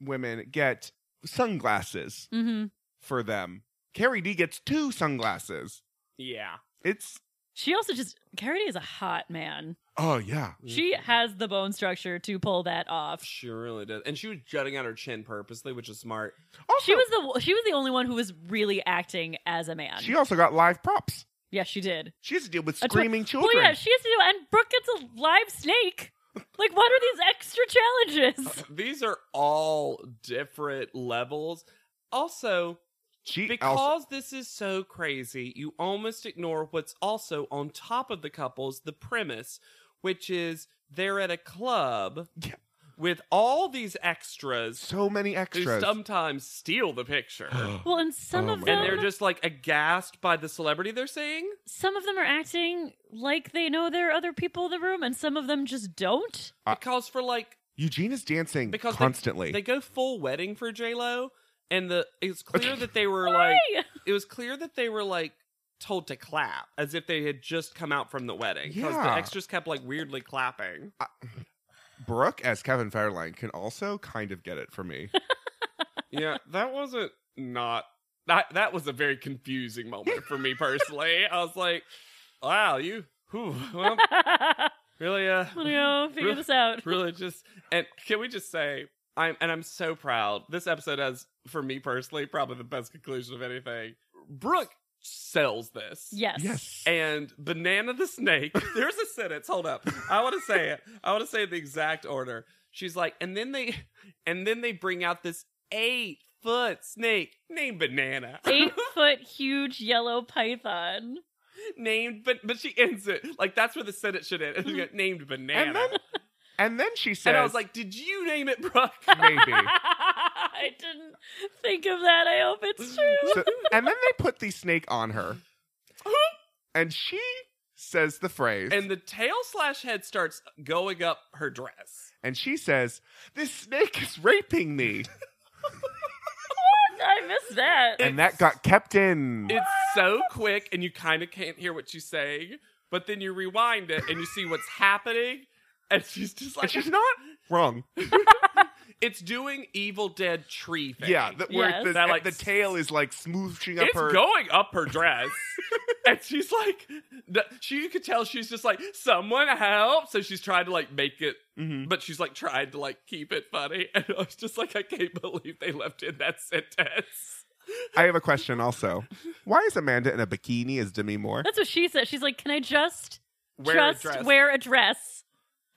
Speaker 4: women get sunglasses
Speaker 3: hmm
Speaker 4: for them. Carrie D gets two sunglasses.
Speaker 5: Yeah.
Speaker 4: It's
Speaker 3: She also just Carity is a hot man.
Speaker 4: Oh yeah.
Speaker 3: She has the bone structure to pull that off.
Speaker 5: She really did. And she was jutting out her chin purposely, which is smart.
Speaker 4: Also,
Speaker 3: She was the she was the only one who was really acting as a man.
Speaker 4: she also got live props.
Speaker 3: yeah, she did.
Speaker 4: She has to deal with
Speaker 3: A tw-
Speaker 4: screaming children.
Speaker 3: Well, yeah, she has to do. And Brooke gets a live snake. Like, what are these extra challenges?
Speaker 5: These are all different levels. Also,
Speaker 4: She
Speaker 5: because
Speaker 4: also-
Speaker 5: this is so crazy, you almost ignore what's also on top of the couples, the premise, which is they're at a club
Speaker 4: Yeah.
Speaker 5: with all these extras
Speaker 4: so many
Speaker 5: who
Speaker 4: extras.
Speaker 5: sometimes steal the picture.
Speaker 3: Well, and some
Speaker 4: Oh
Speaker 3: of
Speaker 4: my
Speaker 3: them,
Speaker 5: and they're just like aghast by the celebrity they're seeing.
Speaker 3: some of them are acting like they know there are other people in the room, and some of them just don't.
Speaker 4: Uh,
Speaker 5: Because for like
Speaker 4: Eugene is dancing
Speaker 5: because they-
Speaker 4: constantly.
Speaker 5: They go full wedding for J Lo, and the it's clear that they were
Speaker 3: Why?
Speaker 5: like it was clear that they were like told to clap as if they had just come out from the wedding because
Speaker 4: Yeah.
Speaker 5: the extras kept like weirdly clapping.
Speaker 4: Brooke as Kevin Federline can also kind of get it for me.
Speaker 5: yeah, that wasn't not that that was a very confusing moment for me personally. I was like, wow, you whew, well, really uh
Speaker 3: I'm gonna go figure this out.
Speaker 5: really just and can we just say i'm and i'm so proud this episode has for me personally probably the best conclusion of anything brooke sells this
Speaker 3: Yes.
Speaker 4: yes.
Speaker 5: and banana the snake there's a sentence hold up i want to say it i want to say it the exact order she's like and then they and then they bring out this eight foot snake named banana
Speaker 3: Eight foot huge yellow python.
Speaker 5: named but but she ends it like that's where the sentence should end named banana
Speaker 4: Mm-hmm. And then and then she says
Speaker 5: and i was like did you name it brooke
Speaker 4: maybe.
Speaker 3: I didn't think of that. I hope it's true.
Speaker 4: So- and then they put the snake on her. And she says the phrase
Speaker 5: and the tail slash head starts going up her dress.
Speaker 4: and she says, This snake is raping me.
Speaker 3: I missed that.
Speaker 4: and that got kept in.
Speaker 5: It's so quick, and you kind of can't hear what she's saying, but then you rewind it and you see what's happening, and she's just like,
Speaker 4: and she's not wrong.
Speaker 5: it's doing Evil Dead tree thing.
Speaker 4: Yeah, the, where
Speaker 3: Yes.
Speaker 4: the,
Speaker 5: That, like,
Speaker 4: the tail is like smooching up
Speaker 5: it's
Speaker 4: her.
Speaker 5: going up her dress. and she's like, the- she you could tell she's just like, someone help. So she's trying to like make it,
Speaker 4: Mhm.
Speaker 5: but she's like trying to like keep it funny. And I was just like, I can't believe they left in that sentence.
Speaker 4: I have a question also. Why is Amanda in a bikini as Demi Moore?
Speaker 3: That's what she said. She's like, "Can I just
Speaker 5: Wear a
Speaker 3: just
Speaker 5: dress.
Speaker 3: wear a dress?"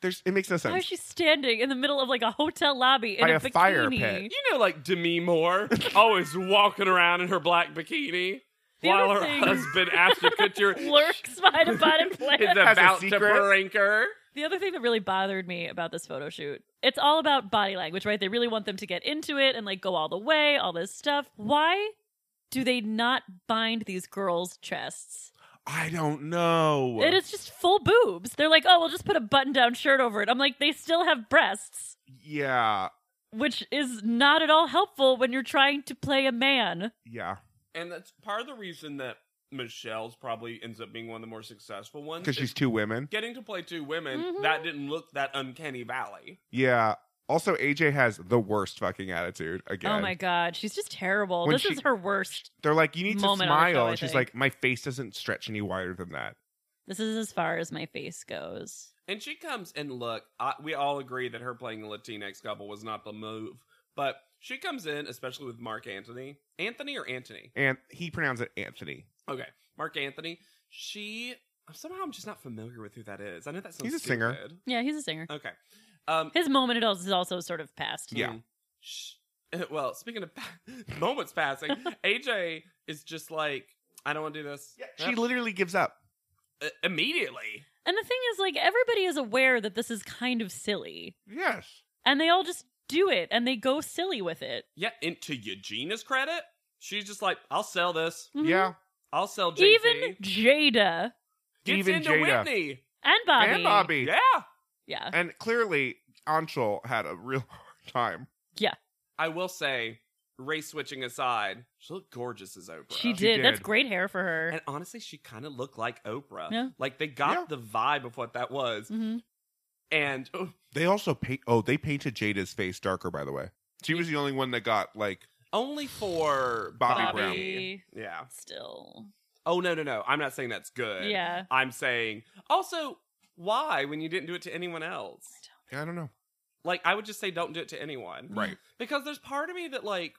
Speaker 4: There's it makes no sense.
Speaker 3: Why is she standing in the middle of like a hotel lobby in
Speaker 4: By
Speaker 3: a,
Speaker 4: a fire
Speaker 3: bikini?
Speaker 4: pit.
Speaker 5: You know, like Demi Moore, always walking around in her black bikini
Speaker 3: The
Speaker 5: while
Speaker 3: other
Speaker 5: her
Speaker 3: thing-
Speaker 5: husband Ashton Kutcher
Speaker 3: Lurks behind a potted
Speaker 5: is
Speaker 3: plant.
Speaker 4: Has a
Speaker 5: about to
Speaker 4: secret?
Speaker 5: prank her.
Speaker 3: The other thing that really bothered me about this photo shoot, it's all about body language, right? They really want them to get into it and like go all the way, all this stuff. Why do they not bind these girls' chests?
Speaker 4: I don't know.
Speaker 3: It is just full boobs. They're like, oh, we'll just put a button down shirt over it. I'm like, they still have breasts,
Speaker 4: Yeah.
Speaker 3: which is not at all helpful when you're trying to play a man.
Speaker 4: Yeah.
Speaker 5: And that's part of the reason that Michelle's probably ends up being one of the more successful ones.
Speaker 4: Because
Speaker 5: is
Speaker 4: she's two women.
Speaker 5: getting to play two women,
Speaker 3: Mhm.
Speaker 5: that didn't look that uncanny valley.
Speaker 4: Yeah. Also, AJ has the worst fucking attitude again.
Speaker 3: Oh my God. She's just terrible.
Speaker 4: When
Speaker 3: this
Speaker 4: she-
Speaker 3: is her worst.
Speaker 4: They're like, you need to
Speaker 3: Moment on the
Speaker 4: smile.
Speaker 3: show, I
Speaker 4: and she's
Speaker 3: think.
Speaker 4: like, my face doesn't stretch any wider than that.
Speaker 3: This is as far as my face goes.
Speaker 5: And she comes and look, I, we all agree that her playing a Latinx couple was not the move, but she comes in, especially with Mark Anthony. Anthony or Anthony?
Speaker 4: And he pronounced it Anthony.
Speaker 5: Okay, Mark Anthony. She somehow I'm just not familiar with who that is. I know that sounds
Speaker 4: He's a singer.
Speaker 5: stupid.
Speaker 3: Yeah, he's a singer.
Speaker 5: Okay. Um.
Speaker 3: His moment at all is also sort of past.
Speaker 4: Uh, Yeah.
Speaker 5: hmm. Sh- Well, speaking of pa- moments passing, AJ is just like, I don't want to do this.
Speaker 4: She
Speaker 5: Uh,
Speaker 4: literally gives up.
Speaker 5: uh, immediately.
Speaker 3: And the thing is, like, everybody is aware that this is kind of silly.
Speaker 4: Yes.
Speaker 3: And they all just do it and they go silly with it.
Speaker 5: Yeah. And to Eugena's credit, she's just like, I'll sell this.
Speaker 3: Mhm.
Speaker 4: Yeah.
Speaker 5: I'll sell JC.
Speaker 3: Even Jada
Speaker 5: gets
Speaker 4: even
Speaker 5: into
Speaker 4: Jada.
Speaker 5: Whitney.
Speaker 3: and Bobby.
Speaker 4: And Bobby.
Speaker 5: Yeah.
Speaker 3: Yeah.
Speaker 4: And clearly, Anshul had a real hard time.
Speaker 5: I will say, race switching aside, she looked gorgeous as Oprah.
Speaker 3: She did.
Speaker 4: She
Speaker 3: That's
Speaker 4: did.
Speaker 3: great hair for her.
Speaker 5: And honestly, she kind of looked like Oprah.
Speaker 3: Yeah.
Speaker 5: Like they got
Speaker 4: Yeah.
Speaker 5: the vibe of what that was.
Speaker 3: Mhm.
Speaker 5: And oh,
Speaker 4: They also paint. Oh, they painted Jada's face darker, by the way. She was the only one that got like.
Speaker 5: only for
Speaker 4: Bobby
Speaker 5: Bobby.
Speaker 4: Brown.
Speaker 5: Yeah.
Speaker 3: Still.
Speaker 5: Oh no, no, no. I'm not saying that's good.
Speaker 3: Yeah.
Speaker 5: I'm saying also why when you didn't do it to anyone else?
Speaker 4: I don't know.
Speaker 5: Like I would just say don't do it to anyone.
Speaker 4: Right.
Speaker 5: Because there's part of me that like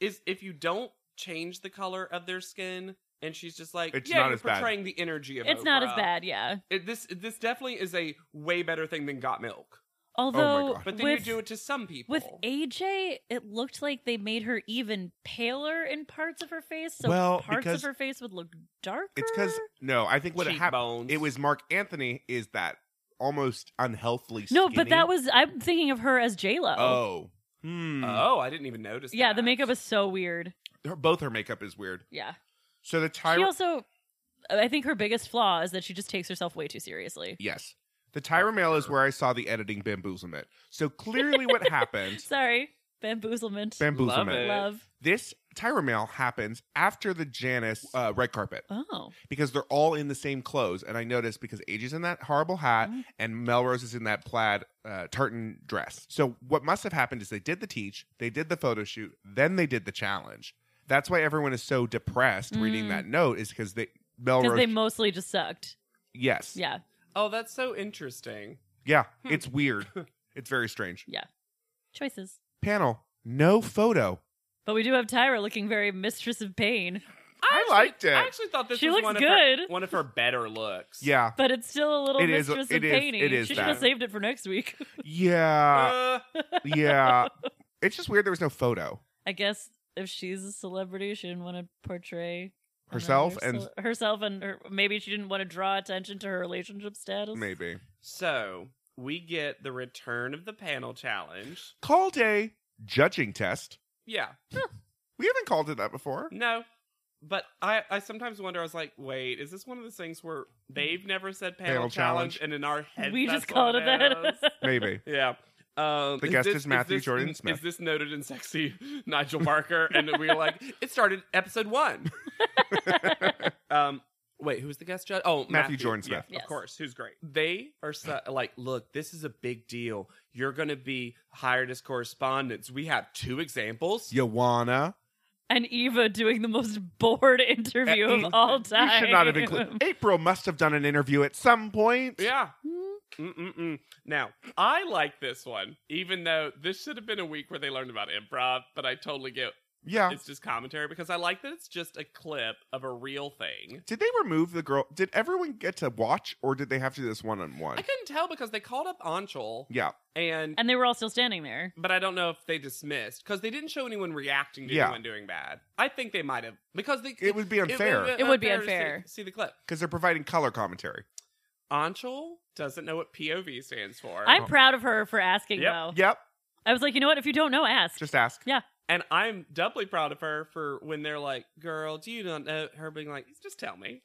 Speaker 5: is if you don't change the color of their skin and she's just like
Speaker 4: It's
Speaker 5: yeah,
Speaker 4: not
Speaker 5: you're
Speaker 4: as bad.
Speaker 5: portraying the energy of
Speaker 3: It's not as
Speaker 5: Oprah."
Speaker 3: bad, yeah.
Speaker 5: It, this this definitely is a way better thing than got milk.
Speaker 3: Although,
Speaker 4: Oh God.
Speaker 5: But then
Speaker 3: with,
Speaker 5: you do it to some people.
Speaker 3: with AJ, it looked like they made her even paler in parts of her face. So
Speaker 4: Well,
Speaker 3: parts
Speaker 4: because-
Speaker 3: of her face would look darker.
Speaker 4: It's because no, I think what happened.
Speaker 5: cheekbones.
Speaker 4: It was Mark Anthony is that almost unhealthily.
Speaker 3: No, but
Speaker 4: skinny-
Speaker 3: that was I'm thinking of her as J Lo.
Speaker 4: Oh, hmm.
Speaker 3: Uh.
Speaker 5: Oh, I didn't even notice.
Speaker 3: yeah, the
Speaker 5: that.
Speaker 3: makeup is so weird.
Speaker 4: Her- both her makeup is weird.
Speaker 3: Yeah,
Speaker 4: So the
Speaker 3: she
Speaker 4: Tyra,
Speaker 3: also, I think her biggest flaw is that she just takes herself way too seriously.
Speaker 4: yes, the Tyra mail is where I saw the editing bamboozlement. So clearly, what happened?
Speaker 3: Sorry, bamboozlement.
Speaker 5: Love
Speaker 4: Bamboozlement.
Speaker 5: it.
Speaker 3: Love.
Speaker 4: This Tyra mail happens after the Janice uh, red carpet.
Speaker 3: Oh,
Speaker 4: because they're all in the same clothes. And I noticed because AJ's in that horrible hat
Speaker 3: Mhm.
Speaker 4: and Melrose is in that plaid uh, tartan dress. So what must have happened is they did the teach, they did the photo shoot, then they did the challenge. That's why everyone is so depressed reading
Speaker 3: Mm.
Speaker 4: that note is because they
Speaker 3: because
Speaker 4: Melrose.
Speaker 3: they mostly just sucked.
Speaker 4: yes, yeah,
Speaker 3: Yeah,
Speaker 5: Oh, that's so interesting. Hmm.
Speaker 4: it's weird. it's very strange.
Speaker 3: choices.
Speaker 4: Panel, no photo.
Speaker 3: But we do have Tyra looking very mistress of pain.
Speaker 4: I
Speaker 5: actually-
Speaker 4: liked it.
Speaker 5: I actually thought this
Speaker 3: She
Speaker 5: was
Speaker 3: looks
Speaker 5: one Of her,
Speaker 3: good.
Speaker 5: one of her better looks.
Speaker 4: Yeah,
Speaker 3: But it's still a little
Speaker 4: It is-
Speaker 3: mistress
Speaker 4: it
Speaker 3: of
Speaker 4: is-
Speaker 3: pain.
Speaker 4: it is
Speaker 3: She should have
Speaker 5: that.
Speaker 3: saved it for next week.
Speaker 4: yeah,
Speaker 5: Uh,
Speaker 4: yeah. It's just weird there was no photo.
Speaker 3: I guess if she's a celebrity, she didn't want to portray
Speaker 4: Herself
Speaker 3: another
Speaker 4: and-
Speaker 3: ce- herself and her, maybe she didn't want to draw attention to her relationship status.
Speaker 4: Maybe
Speaker 5: so we get the return of the panel challenge.
Speaker 4: called a judging test.
Speaker 5: Yeah.
Speaker 4: We haven't called it that before.
Speaker 5: No. But I, I sometimes wonder. I was like, wait, is this one of those things where they've never said panel,
Speaker 4: Panel challenge.
Speaker 5: and in our head
Speaker 3: we just
Speaker 5: that's
Speaker 3: called
Speaker 5: what
Speaker 3: it that.
Speaker 5: is?
Speaker 4: Maybe.
Speaker 5: Yeah. Um,
Speaker 4: The guest
Speaker 5: this-
Speaker 4: is Matthew
Speaker 5: this-
Speaker 4: Jordan
Speaker 5: is-
Speaker 4: Smith.
Speaker 5: Is this noted and sexy Nigel Barker? And we were like, it started episode one. um, wait, who's the guest judge? Oh, Matthew,
Speaker 4: Jordan
Speaker 5: Yeah,
Speaker 4: Smith.
Speaker 3: Yes.
Speaker 5: Of course, who's great. They are so, like, look, this is a big deal. You're going to be hired as correspondents. We have two examples.
Speaker 4: You wanna?
Speaker 3: and Eva doing the most bored interview
Speaker 4: Eh,
Speaker 3: of all time.
Speaker 4: You should not have included. April must have done an interview at some point.
Speaker 5: Yeah. Mm-mm-mm. Now, I like this one, even though this should have been a week where they learned about improv, but I totally get
Speaker 4: Yeah.
Speaker 5: it's just commentary because I like that it's just a clip of a real thing.
Speaker 4: Did they remove the girl? Did everyone get to watch, or did they have to do this one on
Speaker 5: I
Speaker 4: one?
Speaker 5: couldn't tell because they called up Anshul
Speaker 4: Yeah.
Speaker 5: and
Speaker 3: And they were all still standing there.
Speaker 5: but I don't know if they dismissed because they didn't show anyone reacting to
Speaker 4: Yeah.
Speaker 5: anyone doing bad. I think they might have because they
Speaker 4: It would be unfair.
Speaker 3: It would be
Speaker 5: to see-
Speaker 3: unfair.
Speaker 5: See, the clip.
Speaker 4: Because they're providing color commentary.
Speaker 5: Anshul doesn't know what POV stands for.
Speaker 3: I'm proud of her for asking
Speaker 5: Yep.
Speaker 3: though.
Speaker 4: Oh. Yep.
Speaker 3: I was like, you know what? If you don't know, ask.
Speaker 4: Just ask.
Speaker 3: yeah.
Speaker 5: and I'm doubly proud of her for when they're like, "Girl, do you not know?" Her being like, "Just tell me."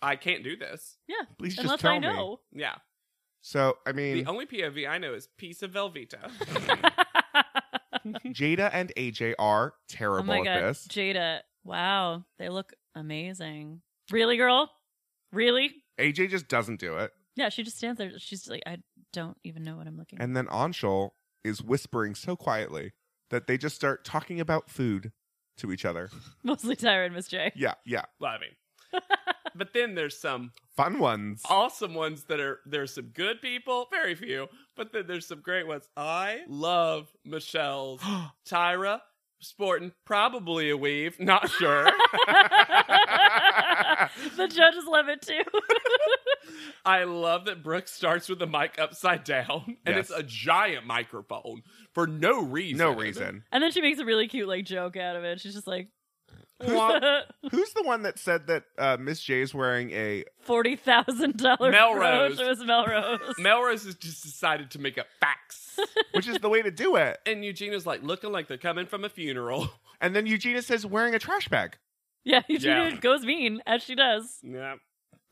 Speaker 5: I can't do this.
Speaker 3: Yeah.
Speaker 4: Please just
Speaker 3: Unless
Speaker 4: tell
Speaker 3: I
Speaker 4: me.
Speaker 3: know.
Speaker 5: Yeah.
Speaker 4: So I
Speaker 5: The
Speaker 4: mean,
Speaker 5: only POV I know is piece of Velveeta.
Speaker 4: Jada and AJ are
Speaker 3: oh
Speaker 4: terrible
Speaker 3: my
Speaker 4: at
Speaker 3: god.
Speaker 4: this.
Speaker 3: Jada. Wow. They look amazing. Really, girl? Really?
Speaker 4: AJ just doesn't do it,
Speaker 3: Yeah, she just stands there. She's like, I don't even know what I'm looking at.
Speaker 4: and then Anshul is whispering so quietly that they just start talking about food to each other.
Speaker 3: Mostly Tyra and Miss J.
Speaker 4: Yeah. Yeah.
Speaker 5: Well, I mean, but then there's some
Speaker 4: Fun ones.
Speaker 5: awesome ones that are there's some good people, very few, but then there's some great ones. I love Michelle's Tyra sporting probably a weave, not sure.
Speaker 3: the judges love it too.
Speaker 5: I love that Brooke starts with the mic upside down, and
Speaker 4: Yes.
Speaker 5: it's a giant microphone for no reason.
Speaker 4: no reason.
Speaker 3: and then she makes a really cute like joke out of it. She's just like
Speaker 4: Who's the one that said that uh, Miss J is wearing a?
Speaker 3: forty thousand dollars.
Speaker 5: Melrose.
Speaker 3: It was Melrose.
Speaker 5: Melrose has just decided to make up facts.
Speaker 4: Which is the way to do it.
Speaker 5: and Eugenia's like looking like they're coming from a funeral.
Speaker 4: And then Eugenia says wearing a trash bag.
Speaker 3: yeah, Eugenia
Speaker 5: Yeah.
Speaker 3: goes mean as she does.
Speaker 5: Yeah.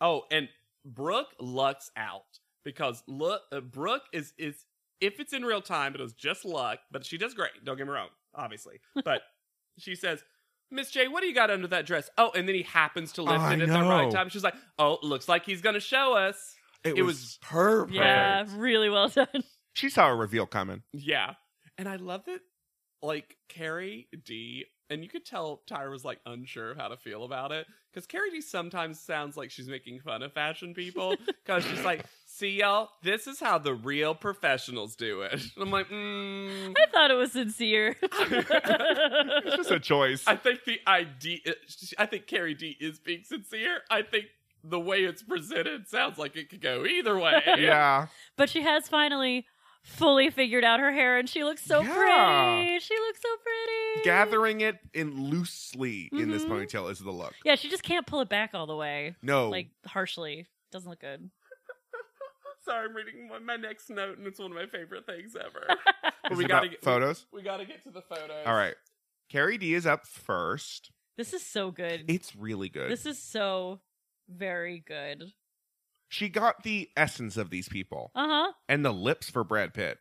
Speaker 5: Oh, and Brooke lucks out because look, uh, Brooke is is if it's in real time, it was just luck, but she does great. Don't get me wrong, obviously, but she says. Miss J, what do you got under that dress? Oh, and then he happens to lift
Speaker 4: I
Speaker 5: it at the right
Speaker 4: know.
Speaker 5: time. She's like, "Oh, looks like he's gonna show us." It was
Speaker 4: perfect.
Speaker 3: Yeah, really well done.
Speaker 4: She saw a reveal coming.
Speaker 5: Yeah, and I love that. Like Carrie D And you could tell Tyra was like unsure of how to feel about it because Carrie D sometimes sounds like she's making fun of fashion people because she's like, "See y'all, this is how the real professionals do it." I'm like, mm.
Speaker 3: I thought it was sincere.
Speaker 4: It's just a choice.
Speaker 5: I think the idea. I think Carrie D is being sincere. I think the way it's presented sounds like it could go either way.
Speaker 4: yeah.
Speaker 3: but she has finally fully figured out her hair and she looks so
Speaker 4: Yeah.
Speaker 3: pretty. She looks so pretty.
Speaker 4: Gathering it in loosely in this
Speaker 5: Mm-hmm.
Speaker 3: Mhm.
Speaker 4: ponytail is the look.
Speaker 3: Yeah, she just can't pull it back all the way.
Speaker 4: No.
Speaker 3: Like harshly. Doesn't look good.
Speaker 5: Sorry, I'm reading my- my next note, and it's one of my favorite things ever.
Speaker 4: Is
Speaker 5: we
Speaker 4: it
Speaker 5: gotta
Speaker 4: about
Speaker 5: get-
Speaker 4: photos.
Speaker 5: we got to get to the photos.
Speaker 4: All right. Carrie D is up first.
Speaker 3: This is so good.
Speaker 4: It's really good.
Speaker 3: This is so very good.
Speaker 4: she got the essence of these people
Speaker 3: Uh-huh.
Speaker 4: and the lips for Brad Pitt.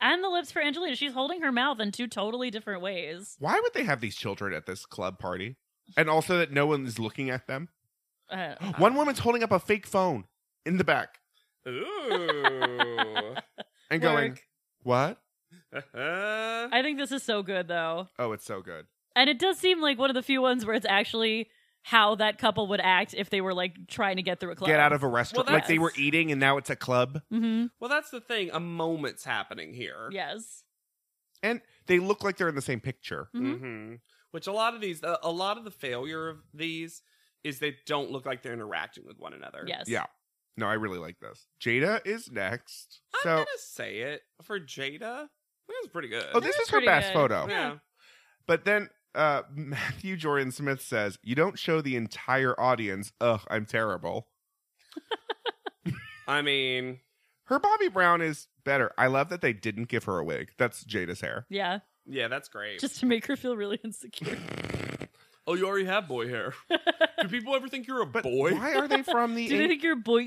Speaker 3: And the lips for Angelina. She's holding her mouth in two totally different ways.
Speaker 4: Why would they have these children at this club party? And also that no one is looking at them.
Speaker 3: Uh,
Speaker 4: One woman's holding up a fake phone in the back
Speaker 5: Ooh.
Speaker 4: and going,
Speaker 3: Work.
Speaker 4: What?
Speaker 3: I think this is so good though.
Speaker 4: Oh, it's so good.
Speaker 3: And it does seem like one of the few ones where it's actually how that couple would act if they were like trying to get through a club.
Speaker 4: Get out of a restaurant.
Speaker 5: Well,
Speaker 4: like they were
Speaker 3: that's-
Speaker 4: eating and now it's a club.
Speaker 3: Mm-hmm.
Speaker 5: well, that's the thing. A moment's happening here.
Speaker 3: Yes.
Speaker 4: And they look like they're in the same picture.
Speaker 3: Mhm.
Speaker 5: Mm-hmm. Which a lot of these, a, a lot of the failure of these is they don't look like they're interacting with one another.
Speaker 3: Yes.
Speaker 4: Mm-hmm. Yeah. No, I really like this. Jada is next.
Speaker 5: I'm
Speaker 4: so,
Speaker 5: gonna say it for Jada. It was pretty good.
Speaker 4: oh, this
Speaker 3: That's
Speaker 4: is her
Speaker 3: pretty
Speaker 4: best
Speaker 3: good.
Speaker 4: photo.
Speaker 5: yeah.
Speaker 4: But then uh, Matthew Jordan Smith says, "You don't show the entire audience." Ugh, I'm terrible.
Speaker 5: I mean,
Speaker 4: Her Bobby Brown is better. I love that they didn't give her a wig. That's Jada's hair.
Speaker 3: Yeah.
Speaker 5: yeah, that's great.
Speaker 3: Just to make her feel really insecure.
Speaker 5: oh, you already have boy hair. Do people ever think you're a
Speaker 4: But
Speaker 5: boy?
Speaker 4: why are they from the
Speaker 3: Do they
Speaker 4: eight-
Speaker 3: think you're boy?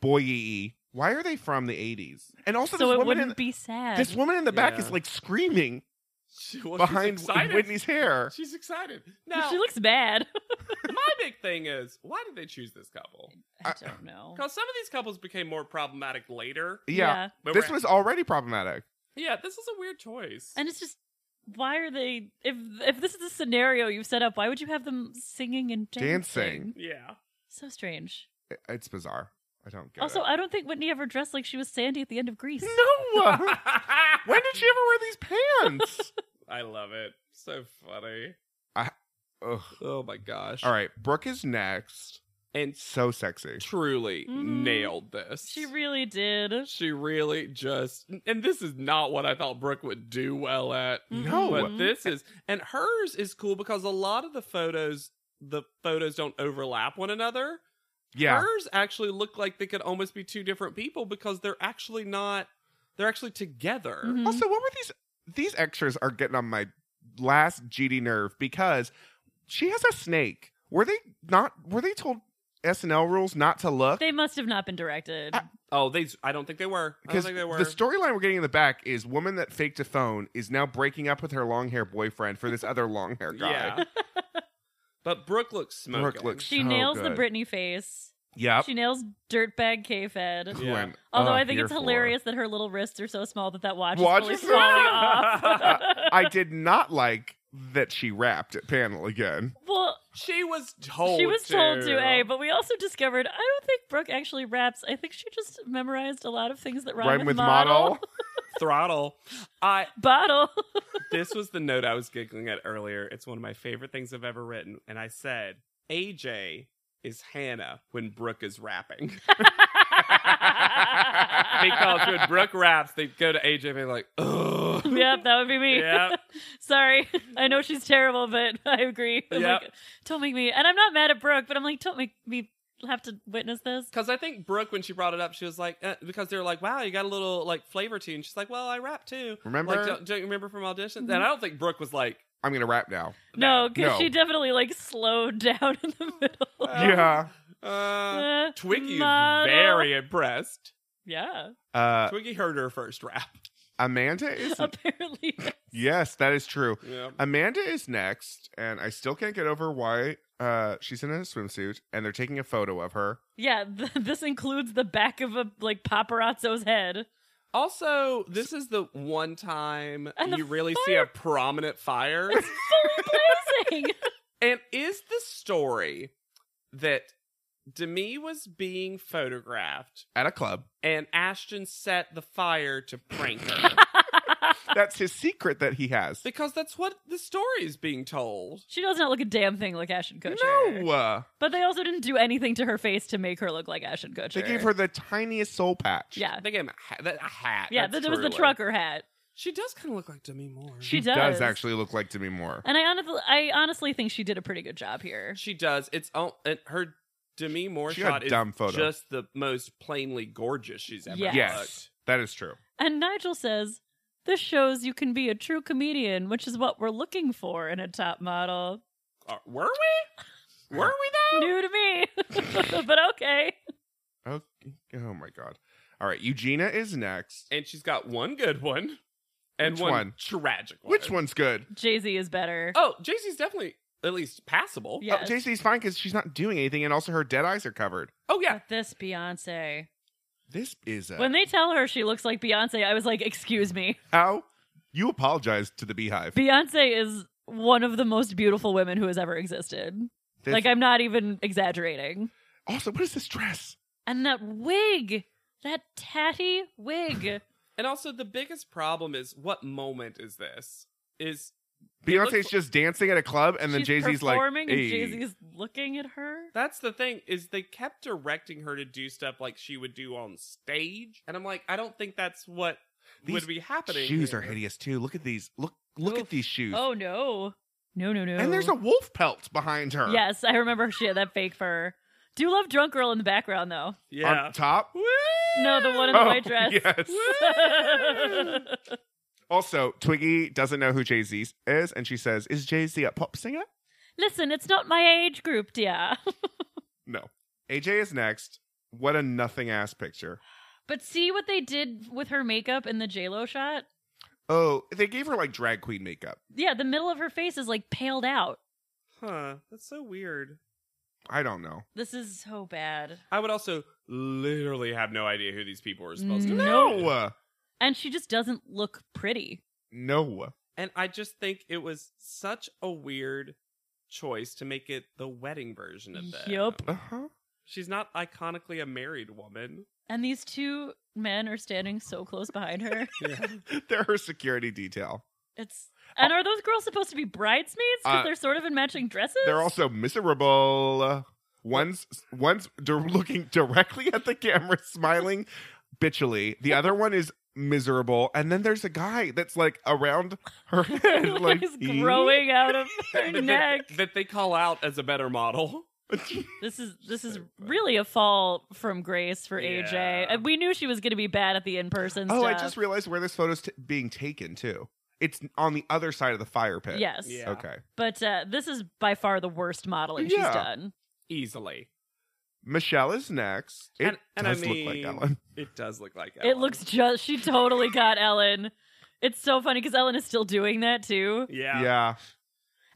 Speaker 4: boy? Why are they from the eighties? And also,
Speaker 3: so
Speaker 4: this
Speaker 3: it
Speaker 4: woman in
Speaker 3: wouldn't
Speaker 4: the,
Speaker 3: be sad.
Speaker 4: this woman in the back is
Speaker 5: Yeah.
Speaker 4: like screaming
Speaker 5: She- well, she's
Speaker 4: behind
Speaker 5: excited.
Speaker 4: Whitney's hair.
Speaker 5: She's excited. Now,
Speaker 3: She looks bad.
Speaker 5: my big thing is why did they choose this couple?
Speaker 3: I
Speaker 4: I-
Speaker 3: don't know.
Speaker 5: Because some of these couples became more problematic later.
Speaker 4: Yeah,
Speaker 5: But
Speaker 4: this
Speaker 5: we're-
Speaker 4: was already problematic.
Speaker 5: yeah, this is a weird choice.
Speaker 3: And it's just why are they if if this is the scenario you've set up, why would you have them singing and dancing?
Speaker 4: Dancing.
Speaker 5: yeah,
Speaker 3: So strange.
Speaker 4: I- It's bizarre. I don't get
Speaker 3: also,
Speaker 4: it.
Speaker 3: I don't think Whitney ever dressed like she was Sandy at the end of Grease.
Speaker 4: no. when did she ever wear these pants?
Speaker 5: I love it. So funny.
Speaker 4: Ugh.
Speaker 5: Oh my gosh.
Speaker 4: All right, Brooke is next.
Speaker 5: And
Speaker 4: So sexy.
Speaker 5: truly
Speaker 3: Mhm.
Speaker 5: nailed this.
Speaker 3: She really did.
Speaker 5: she really just and this is not what I thought Brooke would do well at.
Speaker 4: No.
Speaker 5: But
Speaker 3: Mhm.
Speaker 5: this is and hers is cool because a lot of the photos the photos don't overlap one another.
Speaker 4: Yeah.
Speaker 5: Hers actually look like they could almost be two different people because they're actually not they're actually together.
Speaker 3: Mhm.
Speaker 4: Also, what were these? These extras are getting on my last GD nerve because she has a snake. Were they not? Were they told SNL rules not to look?
Speaker 3: They must have not been directed.
Speaker 4: I-
Speaker 5: Oh, these I don't think they were. I don't
Speaker 4: Because the
Speaker 5: think they were.
Speaker 4: storyline we're getting in the back is woman that faked a phone is now breaking up with her long hair boyfriend for this other long hair guy.
Speaker 5: Yeah. but Brooke looks smoking.
Speaker 4: Brooke looks
Speaker 3: she
Speaker 4: so
Speaker 3: nails the
Speaker 4: good.
Speaker 3: Britney face.
Speaker 4: Yep.
Speaker 3: She nails dirtbag K Fed.
Speaker 4: Who
Speaker 5: Yeah.
Speaker 4: I'm,
Speaker 3: Although
Speaker 4: uh,
Speaker 3: I think
Speaker 4: here
Speaker 3: it's
Speaker 4: for.
Speaker 3: hilarious that her little wrists are so small that that watch,
Speaker 4: Watch
Speaker 3: is
Speaker 4: is-
Speaker 3: fully falling off.
Speaker 4: I did not like that she rapped at panel again.
Speaker 3: well,
Speaker 5: She was told.
Speaker 3: she was told
Speaker 5: to
Speaker 3: to eh, A, but we also discovered I don't think Brooke actually raps. I think she just memorized a lot of things that rhyme,
Speaker 4: Rhyme
Speaker 3: with,
Speaker 4: with
Speaker 3: model.
Speaker 4: model.
Speaker 5: throttle. I
Speaker 3: Bottle.
Speaker 5: this was the note I was giggling at earlier. It's one of my favorite things I've ever written, and I said AJ is Hannah when Brooke is rapping because when Brooke raps, they go to AJ and be like, ugh.
Speaker 3: yep, that would be me.
Speaker 5: Yep.
Speaker 3: Sorry. I know she's terrible, but I agree. I'm
Speaker 5: Yep.
Speaker 3: like, don't make me. And I'm not mad at Brooke, but I'm like, don't make me have to witness this.
Speaker 5: Because I think Brooke, when she brought it up, she was like, uh, because they were like, wow, you got a little like flavor to you. And she's like, well, I rap too.
Speaker 4: Remember?
Speaker 3: uh,
Speaker 5: Like, don't, don't you remember from audition?
Speaker 3: Mm-hmm.
Speaker 5: And I don't think Brooke was like,
Speaker 4: I'm gonna rap now.
Speaker 3: No, because
Speaker 4: No.
Speaker 3: she definitely like slowed down in the middle.
Speaker 4: yeah.
Speaker 5: Uh,
Speaker 3: Uh,
Speaker 5: Twiggy is
Speaker 3: model.
Speaker 5: very impressed.
Speaker 3: Yeah,
Speaker 4: Uh,
Speaker 5: Twiggy heard her first rap.
Speaker 4: Amanda is
Speaker 3: apparently.
Speaker 4: yes, that is true.
Speaker 5: Yeah.
Speaker 4: Amanda is next, and I still can't get over why uh, she's in a swimsuit and they're taking a photo of her.
Speaker 3: Yeah, th- this includes the back of a like paparazzo's head.
Speaker 5: Also, this is the one time
Speaker 3: And the
Speaker 5: you really see a prominent fire.
Speaker 3: fully blazing.
Speaker 5: and is the story that Demi was being photographed
Speaker 4: at a club.
Speaker 5: and Ashton set the fire to prank her?
Speaker 4: That's his secret that he has.
Speaker 5: because that's what the story is being told.
Speaker 3: she does not look a damn thing like Ashton Kutcher.
Speaker 4: No, uh,
Speaker 3: But they also didn't do anything to her face to make her look like Ashton Kutcher.
Speaker 4: they gave her the tiniest soul patch.
Speaker 3: Yeah.
Speaker 5: They gave him a hat. That, a hat
Speaker 3: Yeah,
Speaker 5: that's
Speaker 3: that was the
Speaker 5: truly-
Speaker 3: trucker hat.
Speaker 5: She does kind of look like Demi Moore.
Speaker 3: She
Speaker 4: does.
Speaker 3: does.
Speaker 4: actually look like Demi Moore.
Speaker 3: And I honestly, I honestly think she did a pretty good job here.
Speaker 5: She does. It's oh, and her Demi Moore
Speaker 4: She got a
Speaker 5: shot is
Speaker 4: dumb photo.
Speaker 5: just the most plainly gorgeous she's ever
Speaker 3: Yes.
Speaker 4: Yes, that is true.
Speaker 3: And Nigel says, "This shows you can be a true comedian, which is what we're looking for in a top model."
Speaker 5: looked. Uh, were we? Were we though?
Speaker 3: New to me, but okay.
Speaker 4: Oh, oh my god. All right, Eugenia is next.
Speaker 5: And she's got one good one and
Speaker 4: Which
Speaker 5: one,
Speaker 4: one?
Speaker 5: tragic one.
Speaker 4: Which one's good? Oh,
Speaker 3: Jay Z is better.
Speaker 5: Oh, Jay-Z's definitely at least passable.
Speaker 3: Yes.
Speaker 4: Oh, JC's fine because she's not doing anything, and also her dead eyes are covered.
Speaker 5: Oh yeah.
Speaker 3: But this Beyonce.
Speaker 4: This is a
Speaker 3: When they tell her she looks like Beyonce, I was like, "Excuse me,
Speaker 4: how you apologize to the beehive.
Speaker 3: Beyonce is." One of the most beautiful women who has ever existed.
Speaker 4: This-
Speaker 3: Like, I'm not even exaggerating.
Speaker 4: also, what is this dress?
Speaker 3: And that wig, that tatty wig.
Speaker 5: And also the biggest problem is what moment is this? Is
Speaker 4: Beyonce's
Speaker 5: looks-
Speaker 4: just dancing at a club, and then
Speaker 3: She's
Speaker 4: Jay Z's like,
Speaker 3: performing
Speaker 4: "Hey."
Speaker 3: and Jay Z's looking at her.
Speaker 5: That's the thing is they kept directing her to do stuff like she would do on stage, and I'm like, I don't think that's what
Speaker 4: These
Speaker 5: would be happening.
Speaker 4: shoes
Speaker 5: here.
Speaker 4: are hideous too. Look at these. Look, look at these shoes.
Speaker 3: Oh no, no, no, no.
Speaker 4: And there's a wolf pelt behind her.
Speaker 3: yes. I remember she had that fake fur. Do love drunk girl in the background though.
Speaker 5: Yeah.
Speaker 4: On top.
Speaker 3: No, the one in the
Speaker 4: Oh,
Speaker 3: white dress.
Speaker 4: yes. Also, Twiggy doesn't know who Jay Z is, and she says, "Is Jay Z a pop singer?"
Speaker 3: Listen, it's not my age group, dear.
Speaker 4: No. AJ is next. What a nothing ass picture.
Speaker 3: But see what they did with her makeup in the J Lo shot.
Speaker 4: Oh, they gave her like drag queen makeup.
Speaker 3: Yeah, the middle of her face is like paled out.
Speaker 5: huh. That's so weird.
Speaker 4: I don't know.
Speaker 3: This is so bad.
Speaker 5: I would also literally have no idea who these people are supposed to
Speaker 3: No.
Speaker 5: be.
Speaker 4: No. uh,
Speaker 3: And she just doesn't look pretty.
Speaker 4: No.
Speaker 5: And I just think it was such a weird choice to make it the wedding version of that.
Speaker 3: Yup.
Speaker 4: Uh huh.
Speaker 5: She's not iconically a married woman.
Speaker 3: And these two men are standing so close behind her.
Speaker 4: They're her security detail.
Speaker 3: It's and are those girls supposed to be bridesmaids because
Speaker 4: Uh,
Speaker 3: they're sort of in matching dresses?
Speaker 4: They're also miserable. One's one's di- looking directly at the camera, smiling bitchily. The other one is miserable, and then there's a guy that's like around her head, like
Speaker 3: It's
Speaker 4: "Eh?"
Speaker 3: growing out of her
Speaker 5: That-
Speaker 3: neck.
Speaker 5: That, they call out as a better model.
Speaker 3: This is this is
Speaker 5: So funny.
Speaker 3: really a fall from grace for AJ.
Speaker 5: Yeah.
Speaker 3: And we knew she was going to be bad at the in person
Speaker 4: Oh,
Speaker 3: stuff.
Speaker 4: I just realized where this photo's t- being taken too. It's on the other side of the fire pit.
Speaker 3: yes,
Speaker 5: Yeah.
Speaker 4: Okay.
Speaker 3: but uh, this is by far the worst modeling
Speaker 4: Yeah.
Speaker 3: she's done.
Speaker 5: Easily.
Speaker 4: Michelle is next. It
Speaker 5: And- and I
Speaker 4: does look like
Speaker 5: mean-
Speaker 4: Ellen.
Speaker 5: It does look like
Speaker 3: It
Speaker 5: Ellen.
Speaker 3: looks just she totally got Ellen. It's so funny because Ellen is still doing that too.
Speaker 5: Yeah.
Speaker 4: yeah.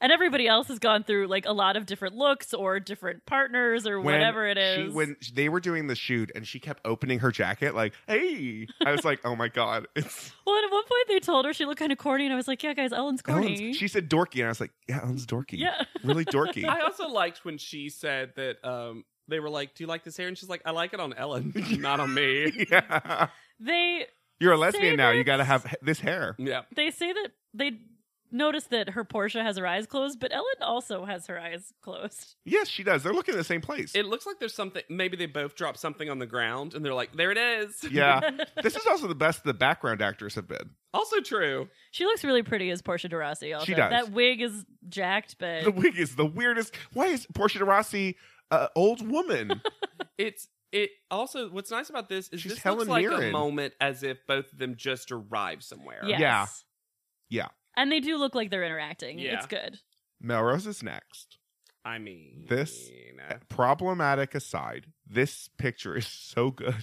Speaker 3: And everybody else has gone through like a lot of different looks or different partners or
Speaker 4: When
Speaker 3: whatever it is.
Speaker 4: She, when they were doing the shoot and she kept opening her jacket, like, hey. I was like, oh my God. It's
Speaker 3: Well, and at one point they told her she looked kind of corny, and I was like, "Yeah, guys, Ellen's corny."
Speaker 4: Ellen's. She said dorky. And I was like, yeah, Ellen's dorky.
Speaker 3: yeah,
Speaker 4: Really dorky.
Speaker 5: I also liked when she said that um they were like, "Do you like this hair?" And she's like, "I like it on Ellen, not on me."
Speaker 4: yeah.
Speaker 3: they
Speaker 4: You're a lesbian now. You
Speaker 3: Favorites.
Speaker 4: got to have h- this hair.
Speaker 5: Yeah,
Speaker 3: they say that they notice that her Portia has her eyes closed, but Ellen also has her eyes closed.
Speaker 4: Yes, she does. They're looking at the same place.
Speaker 5: it looks like there's something. Maybe they both drop something on the ground, and they're like, "There it is."
Speaker 4: yeah. This is also the best the background actors have been.
Speaker 5: also true.
Speaker 3: She looks really pretty as Portia de Rossi. Also,
Speaker 4: She does.
Speaker 3: That wig is jacked, but
Speaker 4: The wig is the weirdest. Why is Portia de Rossi an old woman?
Speaker 5: It's it. Also, what's nice about this is
Speaker 4: She's
Speaker 5: this
Speaker 4: Helen
Speaker 5: looks like
Speaker 4: Mirren.
Speaker 5: a moment as if both of them just arrived somewhere.
Speaker 3: yes.
Speaker 4: Yeah. Yeah.
Speaker 3: And they do look like they're interacting.
Speaker 5: Yeah.
Speaker 3: It's good.
Speaker 4: Melrose is next.
Speaker 5: I mean,
Speaker 4: This-
Speaker 5: uh,
Speaker 4: Problematic aside, this picture is so good.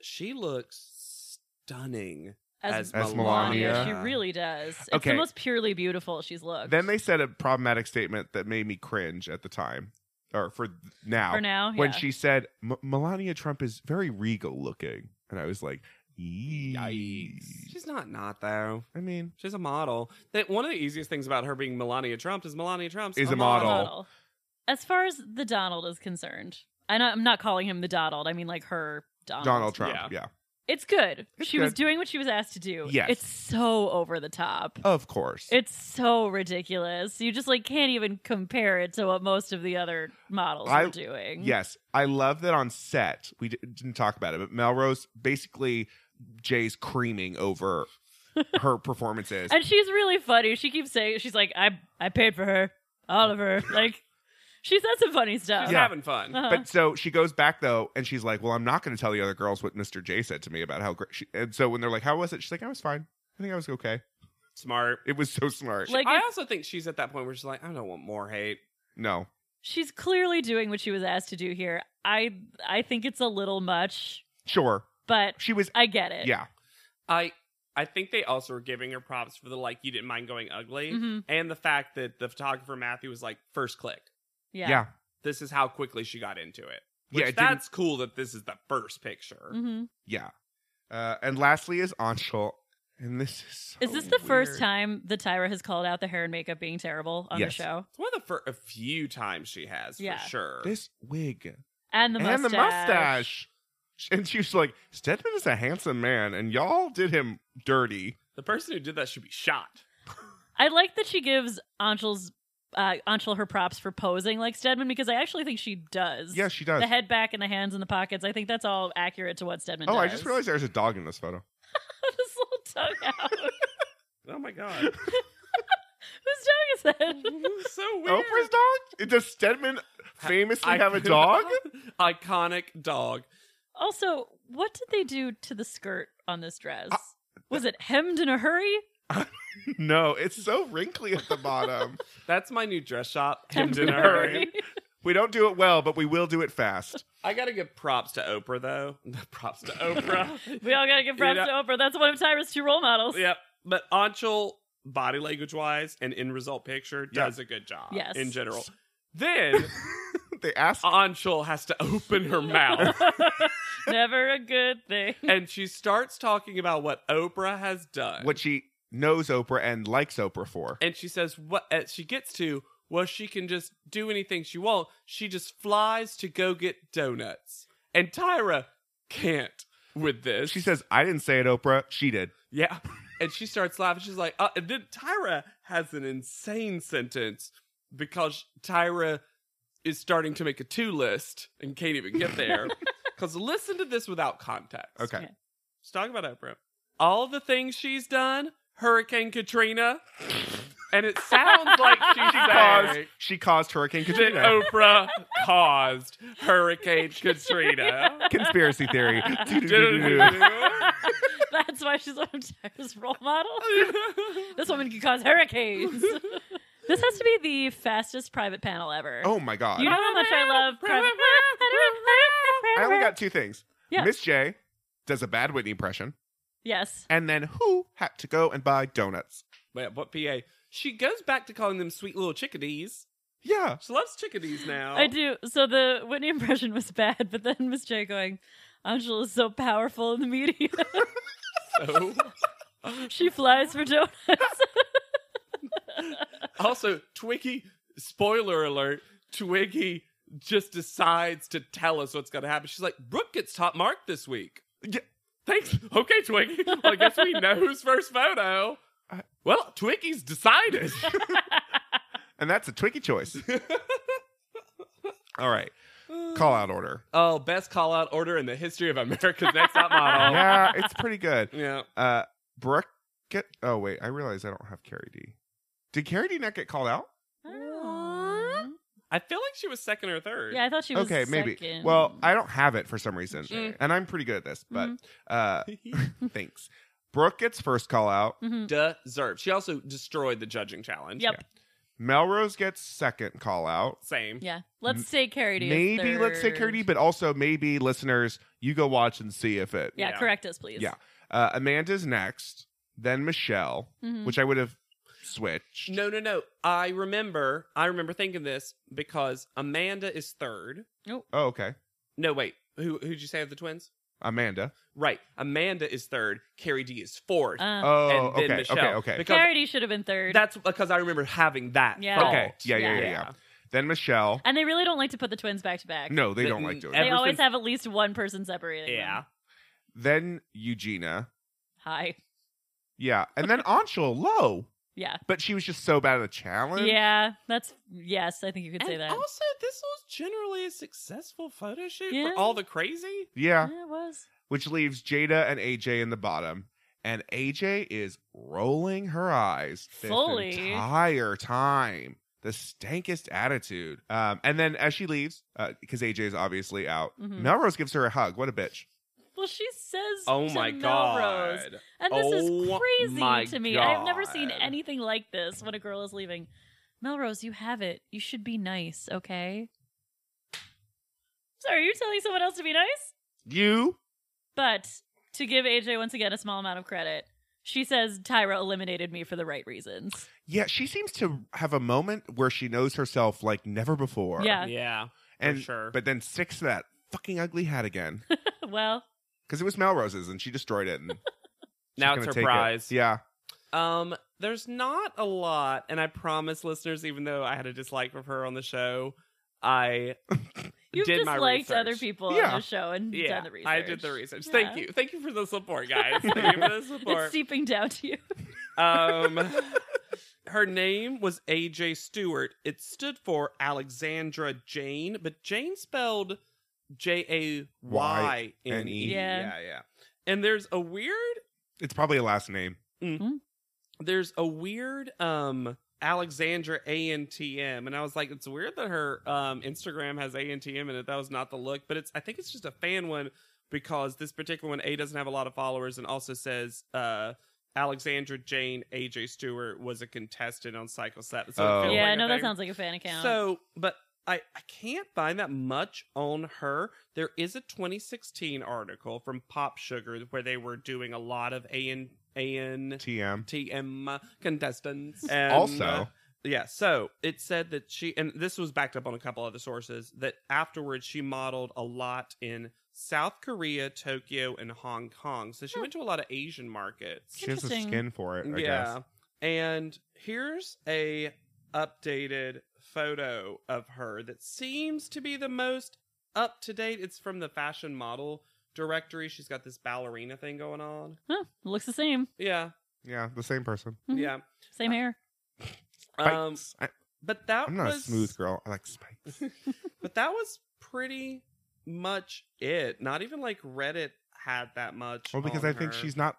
Speaker 5: she looks stunning.
Speaker 3: As,
Speaker 4: As Melania.
Speaker 3: She really does. It's
Speaker 4: Okay.
Speaker 3: the most purely beautiful she's looked.
Speaker 4: Then they said a problematic statement that made me cringe at the time, or for now.
Speaker 3: for now,
Speaker 4: when
Speaker 3: yeah.
Speaker 4: she said M- Melania Trump is very regal looking, and I was like, Yikes.
Speaker 5: She's not not though.
Speaker 4: I mean,
Speaker 5: She's a model. That one of the easiest things about her being Melania Trump is Melania Trump
Speaker 4: Is a model.
Speaker 3: As far as the Donald is concerned, I know, I'm not calling him the Donald. I mean, like her Donald.
Speaker 4: Donald Trump. Yeah.
Speaker 5: Yeah.
Speaker 3: It's good.
Speaker 4: It's
Speaker 3: she was
Speaker 4: good.
Speaker 3: doing what she was asked to do.
Speaker 4: Yes.
Speaker 3: It's so over the top.
Speaker 4: Of course.
Speaker 3: It's so ridiculous. You just like can't even compare it to what most of the other models
Speaker 4: I-
Speaker 3: are doing.
Speaker 4: Yes, I love that on set. We d- didn't talk about it, but Melrose basically Jay's creaming over her performances.
Speaker 3: And she's really funny. She keeps saying she's like, I I paid for her. All of her. Like she said some funny stuff.
Speaker 5: She's
Speaker 4: Yeah.
Speaker 5: having fun.
Speaker 3: Uh-huh.
Speaker 4: but so she goes back though, and she's like, "Well, I'm not going to tell the other girls what Mr. J said to me about how great." She, and so when they're like, "How was it?" She's like, "I was fine. I think I was okay."
Speaker 5: Smart.
Speaker 4: It was so smart.
Speaker 3: Like-
Speaker 5: I
Speaker 3: if-
Speaker 5: also think she's at that point where she's like, I don't want more hate.
Speaker 4: no,
Speaker 3: She's clearly doing what she was asked to do here. I I think it's a little much,
Speaker 4: sure,
Speaker 3: but
Speaker 4: she was.
Speaker 3: I get it.
Speaker 4: Yeah,
Speaker 5: I I think they also were giving her props for the like you didn't mind going ugly
Speaker 3: Mhm.
Speaker 5: and the fact that the photographer Matthew was like first click.
Speaker 4: yeah,
Speaker 3: Yeah.
Speaker 4: yeah.
Speaker 5: This is how quickly she got into it. Which
Speaker 4: it didn't-
Speaker 5: that's cool that this is the first picture.
Speaker 3: hmm
Speaker 4: Uh, and lastly is Anshul, and this is. So
Speaker 3: Is this the first
Speaker 4: weird.
Speaker 3: time that Tyra has called out the hair and makeup being terrible on
Speaker 4: Yes.
Speaker 3: the show?
Speaker 5: It's one of the fir- a few times she has
Speaker 3: Yeah.
Speaker 5: for sure.
Speaker 4: This wig.
Speaker 3: And the
Speaker 4: and
Speaker 3: mustache.
Speaker 4: the mustache. And she was like, Stedman is a handsome man, and y'all did him dirty.
Speaker 5: the person who did that should be shot.
Speaker 3: I like that she gives Anshul's uh, Anshul her props for posing like Stedman because I actually think she does.
Speaker 4: Yeah, she does.
Speaker 3: The head back and the hands in the pockets. I think that's all accurate to what Stedman
Speaker 4: oh,
Speaker 3: does.
Speaker 4: I just realized there's a dog in this photo.
Speaker 3: this little tongue out.
Speaker 5: Oh my god.
Speaker 3: Whose tongue is that?
Speaker 5: so weird.
Speaker 4: Oprah's dog? Does Stedman famously
Speaker 5: I-
Speaker 4: have a dog?
Speaker 5: Iconic dog.
Speaker 3: Also, what did they do to the skirt on this dress?
Speaker 4: Uh,
Speaker 3: Was it hemmed in a hurry?
Speaker 4: no, it's so wrinkly at the bottom.
Speaker 5: That's my new dress shop.
Speaker 3: Hemmed
Speaker 5: Hemmed in
Speaker 4: in
Speaker 5: a
Speaker 4: a
Speaker 5: hurry.
Speaker 4: hurry. we don't do it well, but we will do it fast.
Speaker 5: I gotta give props to Oprah though. props to Oprah.
Speaker 3: We all gotta give props
Speaker 5: You
Speaker 3: to Oprah. That's one of Tyra's two role models.
Speaker 5: yep. But Anshul, body language wise and in result picture,
Speaker 4: Yeah.
Speaker 5: does a good job.
Speaker 3: Yes.
Speaker 5: In general. Then
Speaker 4: They asked.
Speaker 3: Uh,
Speaker 5: Anshul has to open her mouth.
Speaker 3: Never a good thing.
Speaker 5: and she starts talking about what Oprah has done.
Speaker 4: what she knows Oprah and likes Oprah for.
Speaker 5: and she says what uh, she gets to well she can just do anything she want she just flies to go get donuts and tyra can't with this
Speaker 4: She says, I didn't say it, Oprah. She did.
Speaker 5: yeah and she starts laughing she's like uh, and then tyra has an insane sentence because tyra is starting to make a two list and can't even get there because listen to this without context
Speaker 4: Okay.
Speaker 3: Yeah.
Speaker 5: Let's talk about Oprah. All the things she's done, Hurricane Katrina, and it sounds like she's
Speaker 4: She caused, she caused Hurricane
Speaker 5: that
Speaker 4: Katrina.
Speaker 5: Oprah caused Hurricane
Speaker 3: Oh.
Speaker 5: Katrina.
Speaker 4: Conspiracy theory.
Speaker 3: That's why she's one of Tyra's role models. This woman can cause hurricanes. this has to be the fastest private panel ever.
Speaker 4: oh my God.
Speaker 3: you know how much I love private.
Speaker 4: I only got two things.
Speaker 3: Yeah.
Speaker 4: Miss J does a bad Whitney impression,
Speaker 3: yes.
Speaker 4: and then who had to go and buy donuts?
Speaker 5: Wait, what PA? She goes back to calling them sweet little chickadees.
Speaker 4: Yeah.
Speaker 5: She loves chickadees
Speaker 4: Oh.
Speaker 5: now.
Speaker 3: I do. So the Whitney impression was bad, but then Miss J going, Angela is so powerful in the media.
Speaker 5: So-
Speaker 3: she flies for donuts.
Speaker 5: Also, Twiggy, spoiler alert, Twiggy just decides to tell us what's going to happen. She's like, Brooke gets top mark this week.
Speaker 4: Yeah.
Speaker 5: Thanks. Okay, Twiggy. Well, I guess we know whose first photo.
Speaker 4: I-
Speaker 5: Well, Twiggy's decided.
Speaker 4: And that's a Twiggy choice. All right. Call out order.
Speaker 5: oh, best call out order in the history of America's Next Top
Speaker 3: Oh.
Speaker 5: Model.
Speaker 4: Yeah, it's pretty good.
Speaker 5: Yeah.
Speaker 4: Uh Brooke get oh wait, I realize I don't have Carrie D. Did Carrie D not get called out?
Speaker 5: I feel like she was second or third.
Speaker 3: Yeah, I thought she was
Speaker 4: okay, maybe.
Speaker 3: second.
Speaker 4: Well, I don't have it for some reason.
Speaker 3: Mm.
Speaker 5: Sure.
Speaker 4: And I'm pretty good at this, but
Speaker 3: Mm-hmm.
Speaker 4: uh thanks. Brooke gets first call out.
Speaker 3: Mhm.
Speaker 5: Deserved. She also destroyed the judging challenge.
Speaker 3: Yep.
Speaker 4: Melrose gets second call out.
Speaker 5: Same.
Speaker 3: Yeah. Let's say Carrie. D is
Speaker 4: maybe let's say
Speaker 3: third.
Speaker 4: Cardi, but also maybe listeners, you go watch and see if it.
Speaker 3: Yeah,
Speaker 5: Yeah.
Speaker 3: correct us, please.
Speaker 4: Yeah. Uh, Amanda's next, then Michelle,
Speaker 3: Mhm.
Speaker 4: which I would have switched.
Speaker 5: Mm-hmm. No, no, no. I remember. I remember thinking this because Amanda is third.
Speaker 4: Oh, okay.
Speaker 5: No, wait. Who who'd you say of the twins?
Speaker 4: Amanda.
Speaker 5: Right. Amanda is third. Carrie D is fourth.
Speaker 3: Uh,
Speaker 4: Oh,
Speaker 5: and then
Speaker 4: okay,
Speaker 5: Michelle.
Speaker 4: okay, okay.
Speaker 5: Because
Speaker 3: Charity should have been third.
Speaker 5: that's because I remember having that.
Speaker 3: Yeah.
Speaker 5: thought.
Speaker 4: Okay. Yeah, yeah, yeah, yeah. Then Michelle.
Speaker 3: and they really don't like to put the twins back to back.
Speaker 4: No, they
Speaker 5: The-
Speaker 4: don't like doing
Speaker 3: They
Speaker 4: it.
Speaker 5: ever
Speaker 3: always
Speaker 5: since-
Speaker 3: have at least one person separating.
Speaker 5: Yeah.
Speaker 3: Them.
Speaker 4: Then Eugenia.
Speaker 3: Hi.
Speaker 4: Yeah. And then Anshul, low.
Speaker 3: Yeah.
Speaker 4: But she was just so bad at the challenge.
Speaker 3: Yeah. That's yes. I think you could say
Speaker 5: And
Speaker 3: that.
Speaker 5: also, this was generally a successful photo shoot
Speaker 3: Yeah.
Speaker 5: for all the crazy.
Speaker 4: Yeah.
Speaker 3: Yeah, it was.
Speaker 4: Which leaves Jada and AJ in the bottom. And AJ is rolling her eyes the
Speaker 3: Fully.
Speaker 4: entire time. The stankest attitude. Um, and then as she leaves, uh, because AJ is obviously out,
Speaker 3: Mhm.
Speaker 4: Melrose gives her a hug. What a bitch.
Speaker 3: Well, she says,
Speaker 5: Oh
Speaker 3: to
Speaker 5: my
Speaker 3: Melrose,
Speaker 5: god.
Speaker 3: And this
Speaker 5: Oh
Speaker 3: is
Speaker 5: my
Speaker 3: crazy to me. I've never seen
Speaker 5: God.
Speaker 3: anything like this when a girl is leaving. Melrose, you have it. You should be nice, okay? Sorry, you're telling someone else to be nice?
Speaker 4: You
Speaker 3: But to give AJ once again a small amount of credit, she says Tyra eliminated me for the right reasons.
Speaker 4: Yeah, she seems to have a moment where she knows herself like never before.
Speaker 3: Yeah.
Speaker 5: Yeah.
Speaker 4: and
Speaker 5: sure.
Speaker 4: But then sticks to that fucking ugly hat again
Speaker 3: well,
Speaker 4: because it was Melrose's and she destroyed it. And she's
Speaker 5: Now it's
Speaker 4: gonna
Speaker 5: her
Speaker 4: take it.
Speaker 5: prize.
Speaker 4: Yeah,
Speaker 5: Um, there's not a lot, and I promise listeners, even though I had a dislike of her on the show, I
Speaker 3: you've
Speaker 5: did
Speaker 3: just
Speaker 5: my
Speaker 3: liked
Speaker 5: research.
Speaker 3: other people
Speaker 4: Yeah.
Speaker 3: on the show and
Speaker 5: Yeah,
Speaker 3: done the research.
Speaker 5: I did the research.
Speaker 3: Yeah.
Speaker 5: Thank you, thank you for the support, guys. Thank you for the
Speaker 3: It's
Speaker 5: support.
Speaker 3: seeping down to you.
Speaker 5: Um, her name was AJ Stewart. It stood for Alexandra Jane, but Jane spelled J A Y N E.
Speaker 3: Yeah.
Speaker 5: yeah, yeah. And there's a weird
Speaker 4: it's probably a last name.
Speaker 5: there's a weird um Alexandra ANTM and I was like it's weird that her um Instagram has ANTM in it that was not the look but it's I think it's just a fan one because this particular one A doesn't have a lot of followers and also says uh Alexandra Jane AJ Stewart was a contestant on Cycle 7 so
Speaker 4: Oh.
Speaker 5: it feels
Speaker 3: yeah,
Speaker 5: like
Speaker 3: no,
Speaker 5: a
Speaker 3: that
Speaker 5: thing.
Speaker 3: sounds like a fan account.
Speaker 5: So, but I, I can't find that much on her. There is a 2016 article from Pop Sugar where they were doing a lot of AN AN
Speaker 4: TM.
Speaker 5: TM contestants. And,
Speaker 4: also,
Speaker 5: uh, yeah, so it said that she, and this was backed up on a couple other sources, that afterwards she modeled a lot in South Korea, Tokyo, and Hong Kong. So she
Speaker 3: Hmm.
Speaker 5: went to a lot of Asian markets.
Speaker 4: she has a
Speaker 3: interesting.
Speaker 4: skin for it. I guess.
Speaker 5: And here's a updated photo of her that seems to be the most up to date. It's from the fashion model directory. She's got this ballerina thing going on.
Speaker 3: Huh, looks the same.
Speaker 5: Yeah.
Speaker 4: Yeah, the same person.
Speaker 3: Mhm.
Speaker 5: Yeah.
Speaker 3: Same hair.
Speaker 5: Um
Speaker 4: Spikes. I,
Speaker 5: but that
Speaker 4: am not a
Speaker 5: was
Speaker 4: smooth girl. I like spikes.
Speaker 5: But that was pretty much it. Not even like Reddit had that much.
Speaker 4: well, because
Speaker 5: on
Speaker 4: I think
Speaker 5: her.
Speaker 4: she's not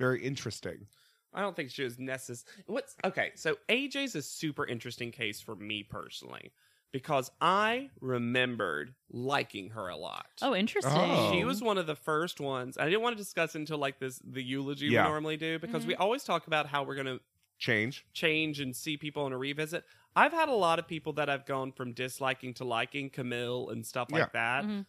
Speaker 4: very interesting.
Speaker 5: I don't think she was necessary. What's okay? So AJ's a super interesting case for me personally because I remembered liking her a lot.
Speaker 3: Oh, interesting.
Speaker 4: Oh.
Speaker 5: She was one of the first ones. I didn't want to discuss until like this the eulogy
Speaker 4: Yeah.
Speaker 5: we normally do because
Speaker 3: Mhm.
Speaker 5: we always talk about how we're going to
Speaker 4: Change.
Speaker 5: change and see people in a revisit. I've had a lot of people that I've gone from disliking to liking, Camille and stuff like
Speaker 4: Yeah.
Speaker 5: that.
Speaker 3: Mhm.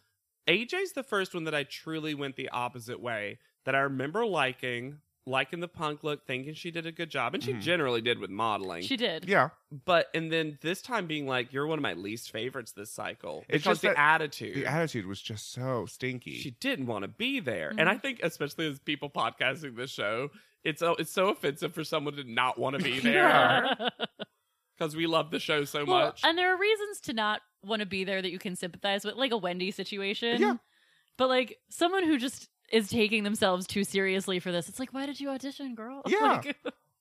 Speaker 5: AJ's the first one that I truly went the opposite way that I remember liking, liking the punk look, thinking she did a good job, and she
Speaker 4: Mhm.
Speaker 5: generally did with modeling.
Speaker 3: She did.
Speaker 4: Yeah,
Speaker 5: but and then this time being like, you're one of my least favorites this cycle.
Speaker 4: It's
Speaker 5: It's
Speaker 4: just
Speaker 5: just the
Speaker 4: that-
Speaker 5: attitude.
Speaker 4: the attitude was just so stinky.
Speaker 5: she didn't want to be there, and I think especially as people podcasting this show, it's so it's so offensive for someone to not want to be there
Speaker 4: Yeah.
Speaker 5: because we love the show so
Speaker 3: well,
Speaker 5: much.
Speaker 3: and there are reasons to not want to be there that you can sympathize with, like a Wendy situation.
Speaker 4: Yeah.
Speaker 3: But like someone who just is taking themselves too seriously for this, it's like, why did you audition, girl?
Speaker 4: Yeah.
Speaker 3: Like,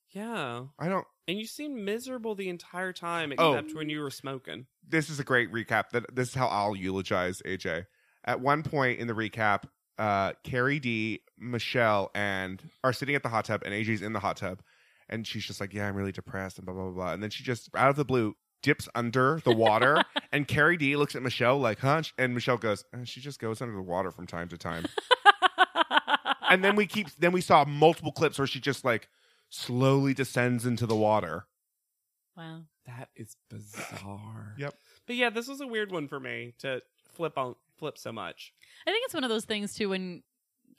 Speaker 5: yeah,
Speaker 4: I don't.
Speaker 5: and you seemed miserable the entire time,
Speaker 4: Oh.
Speaker 5: except when you were smoking.
Speaker 4: this is a great recap. That this is how I'll eulogize AJ. At one point in the recap, uh, Carrie D, Michelle, and are sitting at the hot tub, and AJ's in the hot tub, and she's just like, "Yeah, I'm really depressed," and blah blah blah, blah. And then she just out of the blue dips under the water, and Carrie D looks at Michelle like, "Huh?" And Michelle goes, "Uh, "She just goes under the water from time to time." and then we keep, then we saw multiple clips where she just like slowly descends into the water.
Speaker 3: wow.
Speaker 5: That is bizarre.
Speaker 4: Yep.
Speaker 5: But yeah, this was a weird one for me to flip on flip so much.
Speaker 3: I think it's one of those things too when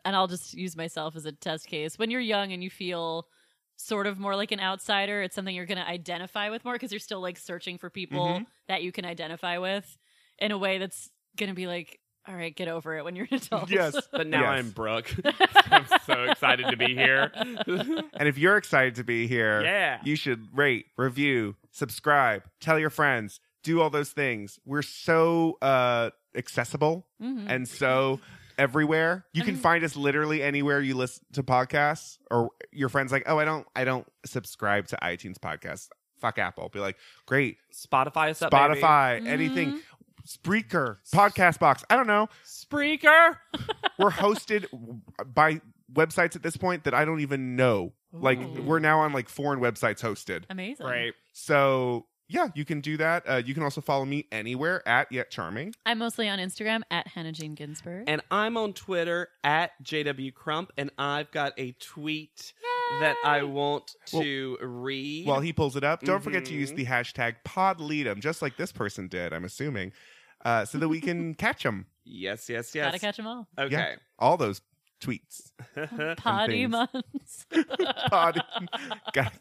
Speaker 3: and I'll just use myself as a test case. When you're young and you feel sort of more like an outsider, it's something you're going to identify with more because you're
Speaker 4: Mm-hmm.
Speaker 3: still like searching for people that you can identify with in a way that's going to be like All right, get over it when you're an adult.
Speaker 4: Yes.
Speaker 5: But now
Speaker 4: Yes.
Speaker 5: I'm Brooke. I'm so excited to be here.
Speaker 4: And if you're excited to be here,
Speaker 5: yeah.
Speaker 4: you should rate, review, subscribe, tell your friends, do all those things. We're so uh accessible
Speaker 3: Mhm.
Speaker 5: Mm.
Speaker 4: and so everywhere. You
Speaker 3: I
Speaker 4: can
Speaker 5: Mm-hmm.
Speaker 3: mean-
Speaker 4: find us literally anywhere you listen to podcasts or your friends like, "Oh, I don't I don't subscribe to iTunes podcasts." Fuck Apple. Be like, "Great.
Speaker 5: Spotify is up. Oh, baby. Mm-hmm.
Speaker 4: Spotify, anything, Spreaker, Podcast Box. I don't know.
Speaker 5: Spreaker.
Speaker 4: We're hosted by websites at this point that I don't even know. Like
Speaker 5: Ooh.
Speaker 4: we're now on like foreign websites hosted.
Speaker 3: Amazing.
Speaker 5: Right.
Speaker 4: So yeah, you can do that. Uh, you can also follow me anywhere at Yet Charming.
Speaker 3: I'm mostly on Instagram at Hannah Jean Ginsburg.
Speaker 5: And I'm on Twitter at JW Crump, and I've got a tweet that I want to read.
Speaker 4: While he pulls it up, don't forget to use
Speaker 5: Mhm.
Speaker 4: the hashtag PodLeadem, just like this person did. I'm assuming, uh, so that we can catch them.
Speaker 5: yes, yes,
Speaker 3: Gotta
Speaker 5: yes.
Speaker 3: catch them all.
Speaker 5: okay.
Speaker 4: All those tweets.
Speaker 3: Potty
Speaker 4: things.
Speaker 3: months.
Speaker 4: Pod- God.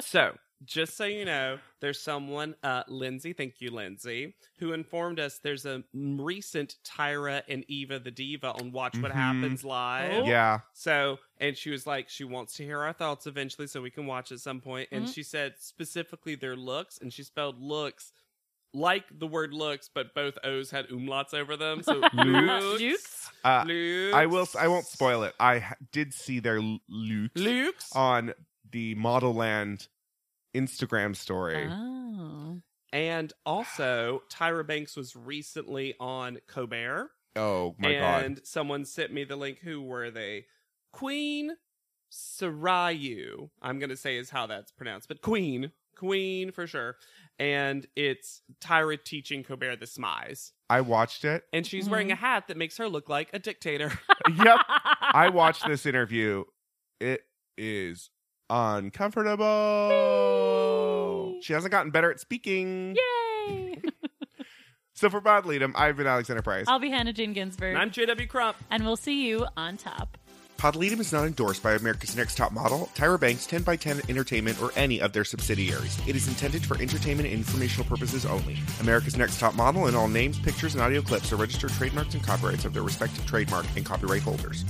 Speaker 5: so just so you know, there's someone, uh, Lindsay, thank you, Lindsay, who informed us there's a recent Tyra and Eva the Diva on Watch What
Speaker 4: Mhm.
Speaker 5: Happens Live.
Speaker 4: Yeah.
Speaker 5: So, and she was like, she wants to hear our thoughts eventually so we can watch at some point. And
Speaker 3: Mhm.
Speaker 5: she said specifically their looks, and she spelled looks like the word looks, but both O's had umlauts over them. So, looks.
Speaker 3: Looks.
Speaker 4: Uh,
Speaker 5: looks.
Speaker 4: I will. I won't spoil it. I ha- did see their l- looks
Speaker 5: Looks.
Speaker 4: on the Model Land Instagram story.
Speaker 3: Oh.
Speaker 5: and also, Tyra Banks was recently on Colbert.
Speaker 4: Oh my
Speaker 5: and
Speaker 4: god!
Speaker 5: someone sent me the link. Who were they? Queen Sarayu. I'm gonna say is how that's pronounced, but Queen, Queen for sure. And it's Tyra teaching Colbert the smize,
Speaker 4: I watched it.
Speaker 5: and she's wearing a hat that makes her look like a dictator.
Speaker 4: yep. I watched this interview. It is uncomfortable.
Speaker 3: Whee!
Speaker 4: She hasn't gotten better at speaking.
Speaker 3: Yay!
Speaker 4: So for Bod Leadum, I've been Alexander Price.
Speaker 3: I'll be Hannah Jean Ginsburg.
Speaker 5: and I'm JW Crump.
Speaker 3: and we'll see you on top.
Speaker 4: Podleadum is not endorsed by America's Next Top Model, Tyra Banks, 10x10 Entertainment, or any of their subsidiaries. It is intended for entertainment and informational purposes only. America's Next Top Model and all names, pictures, and audio clips are registered trademarks and copyrights of their respective trademark and copyright holders.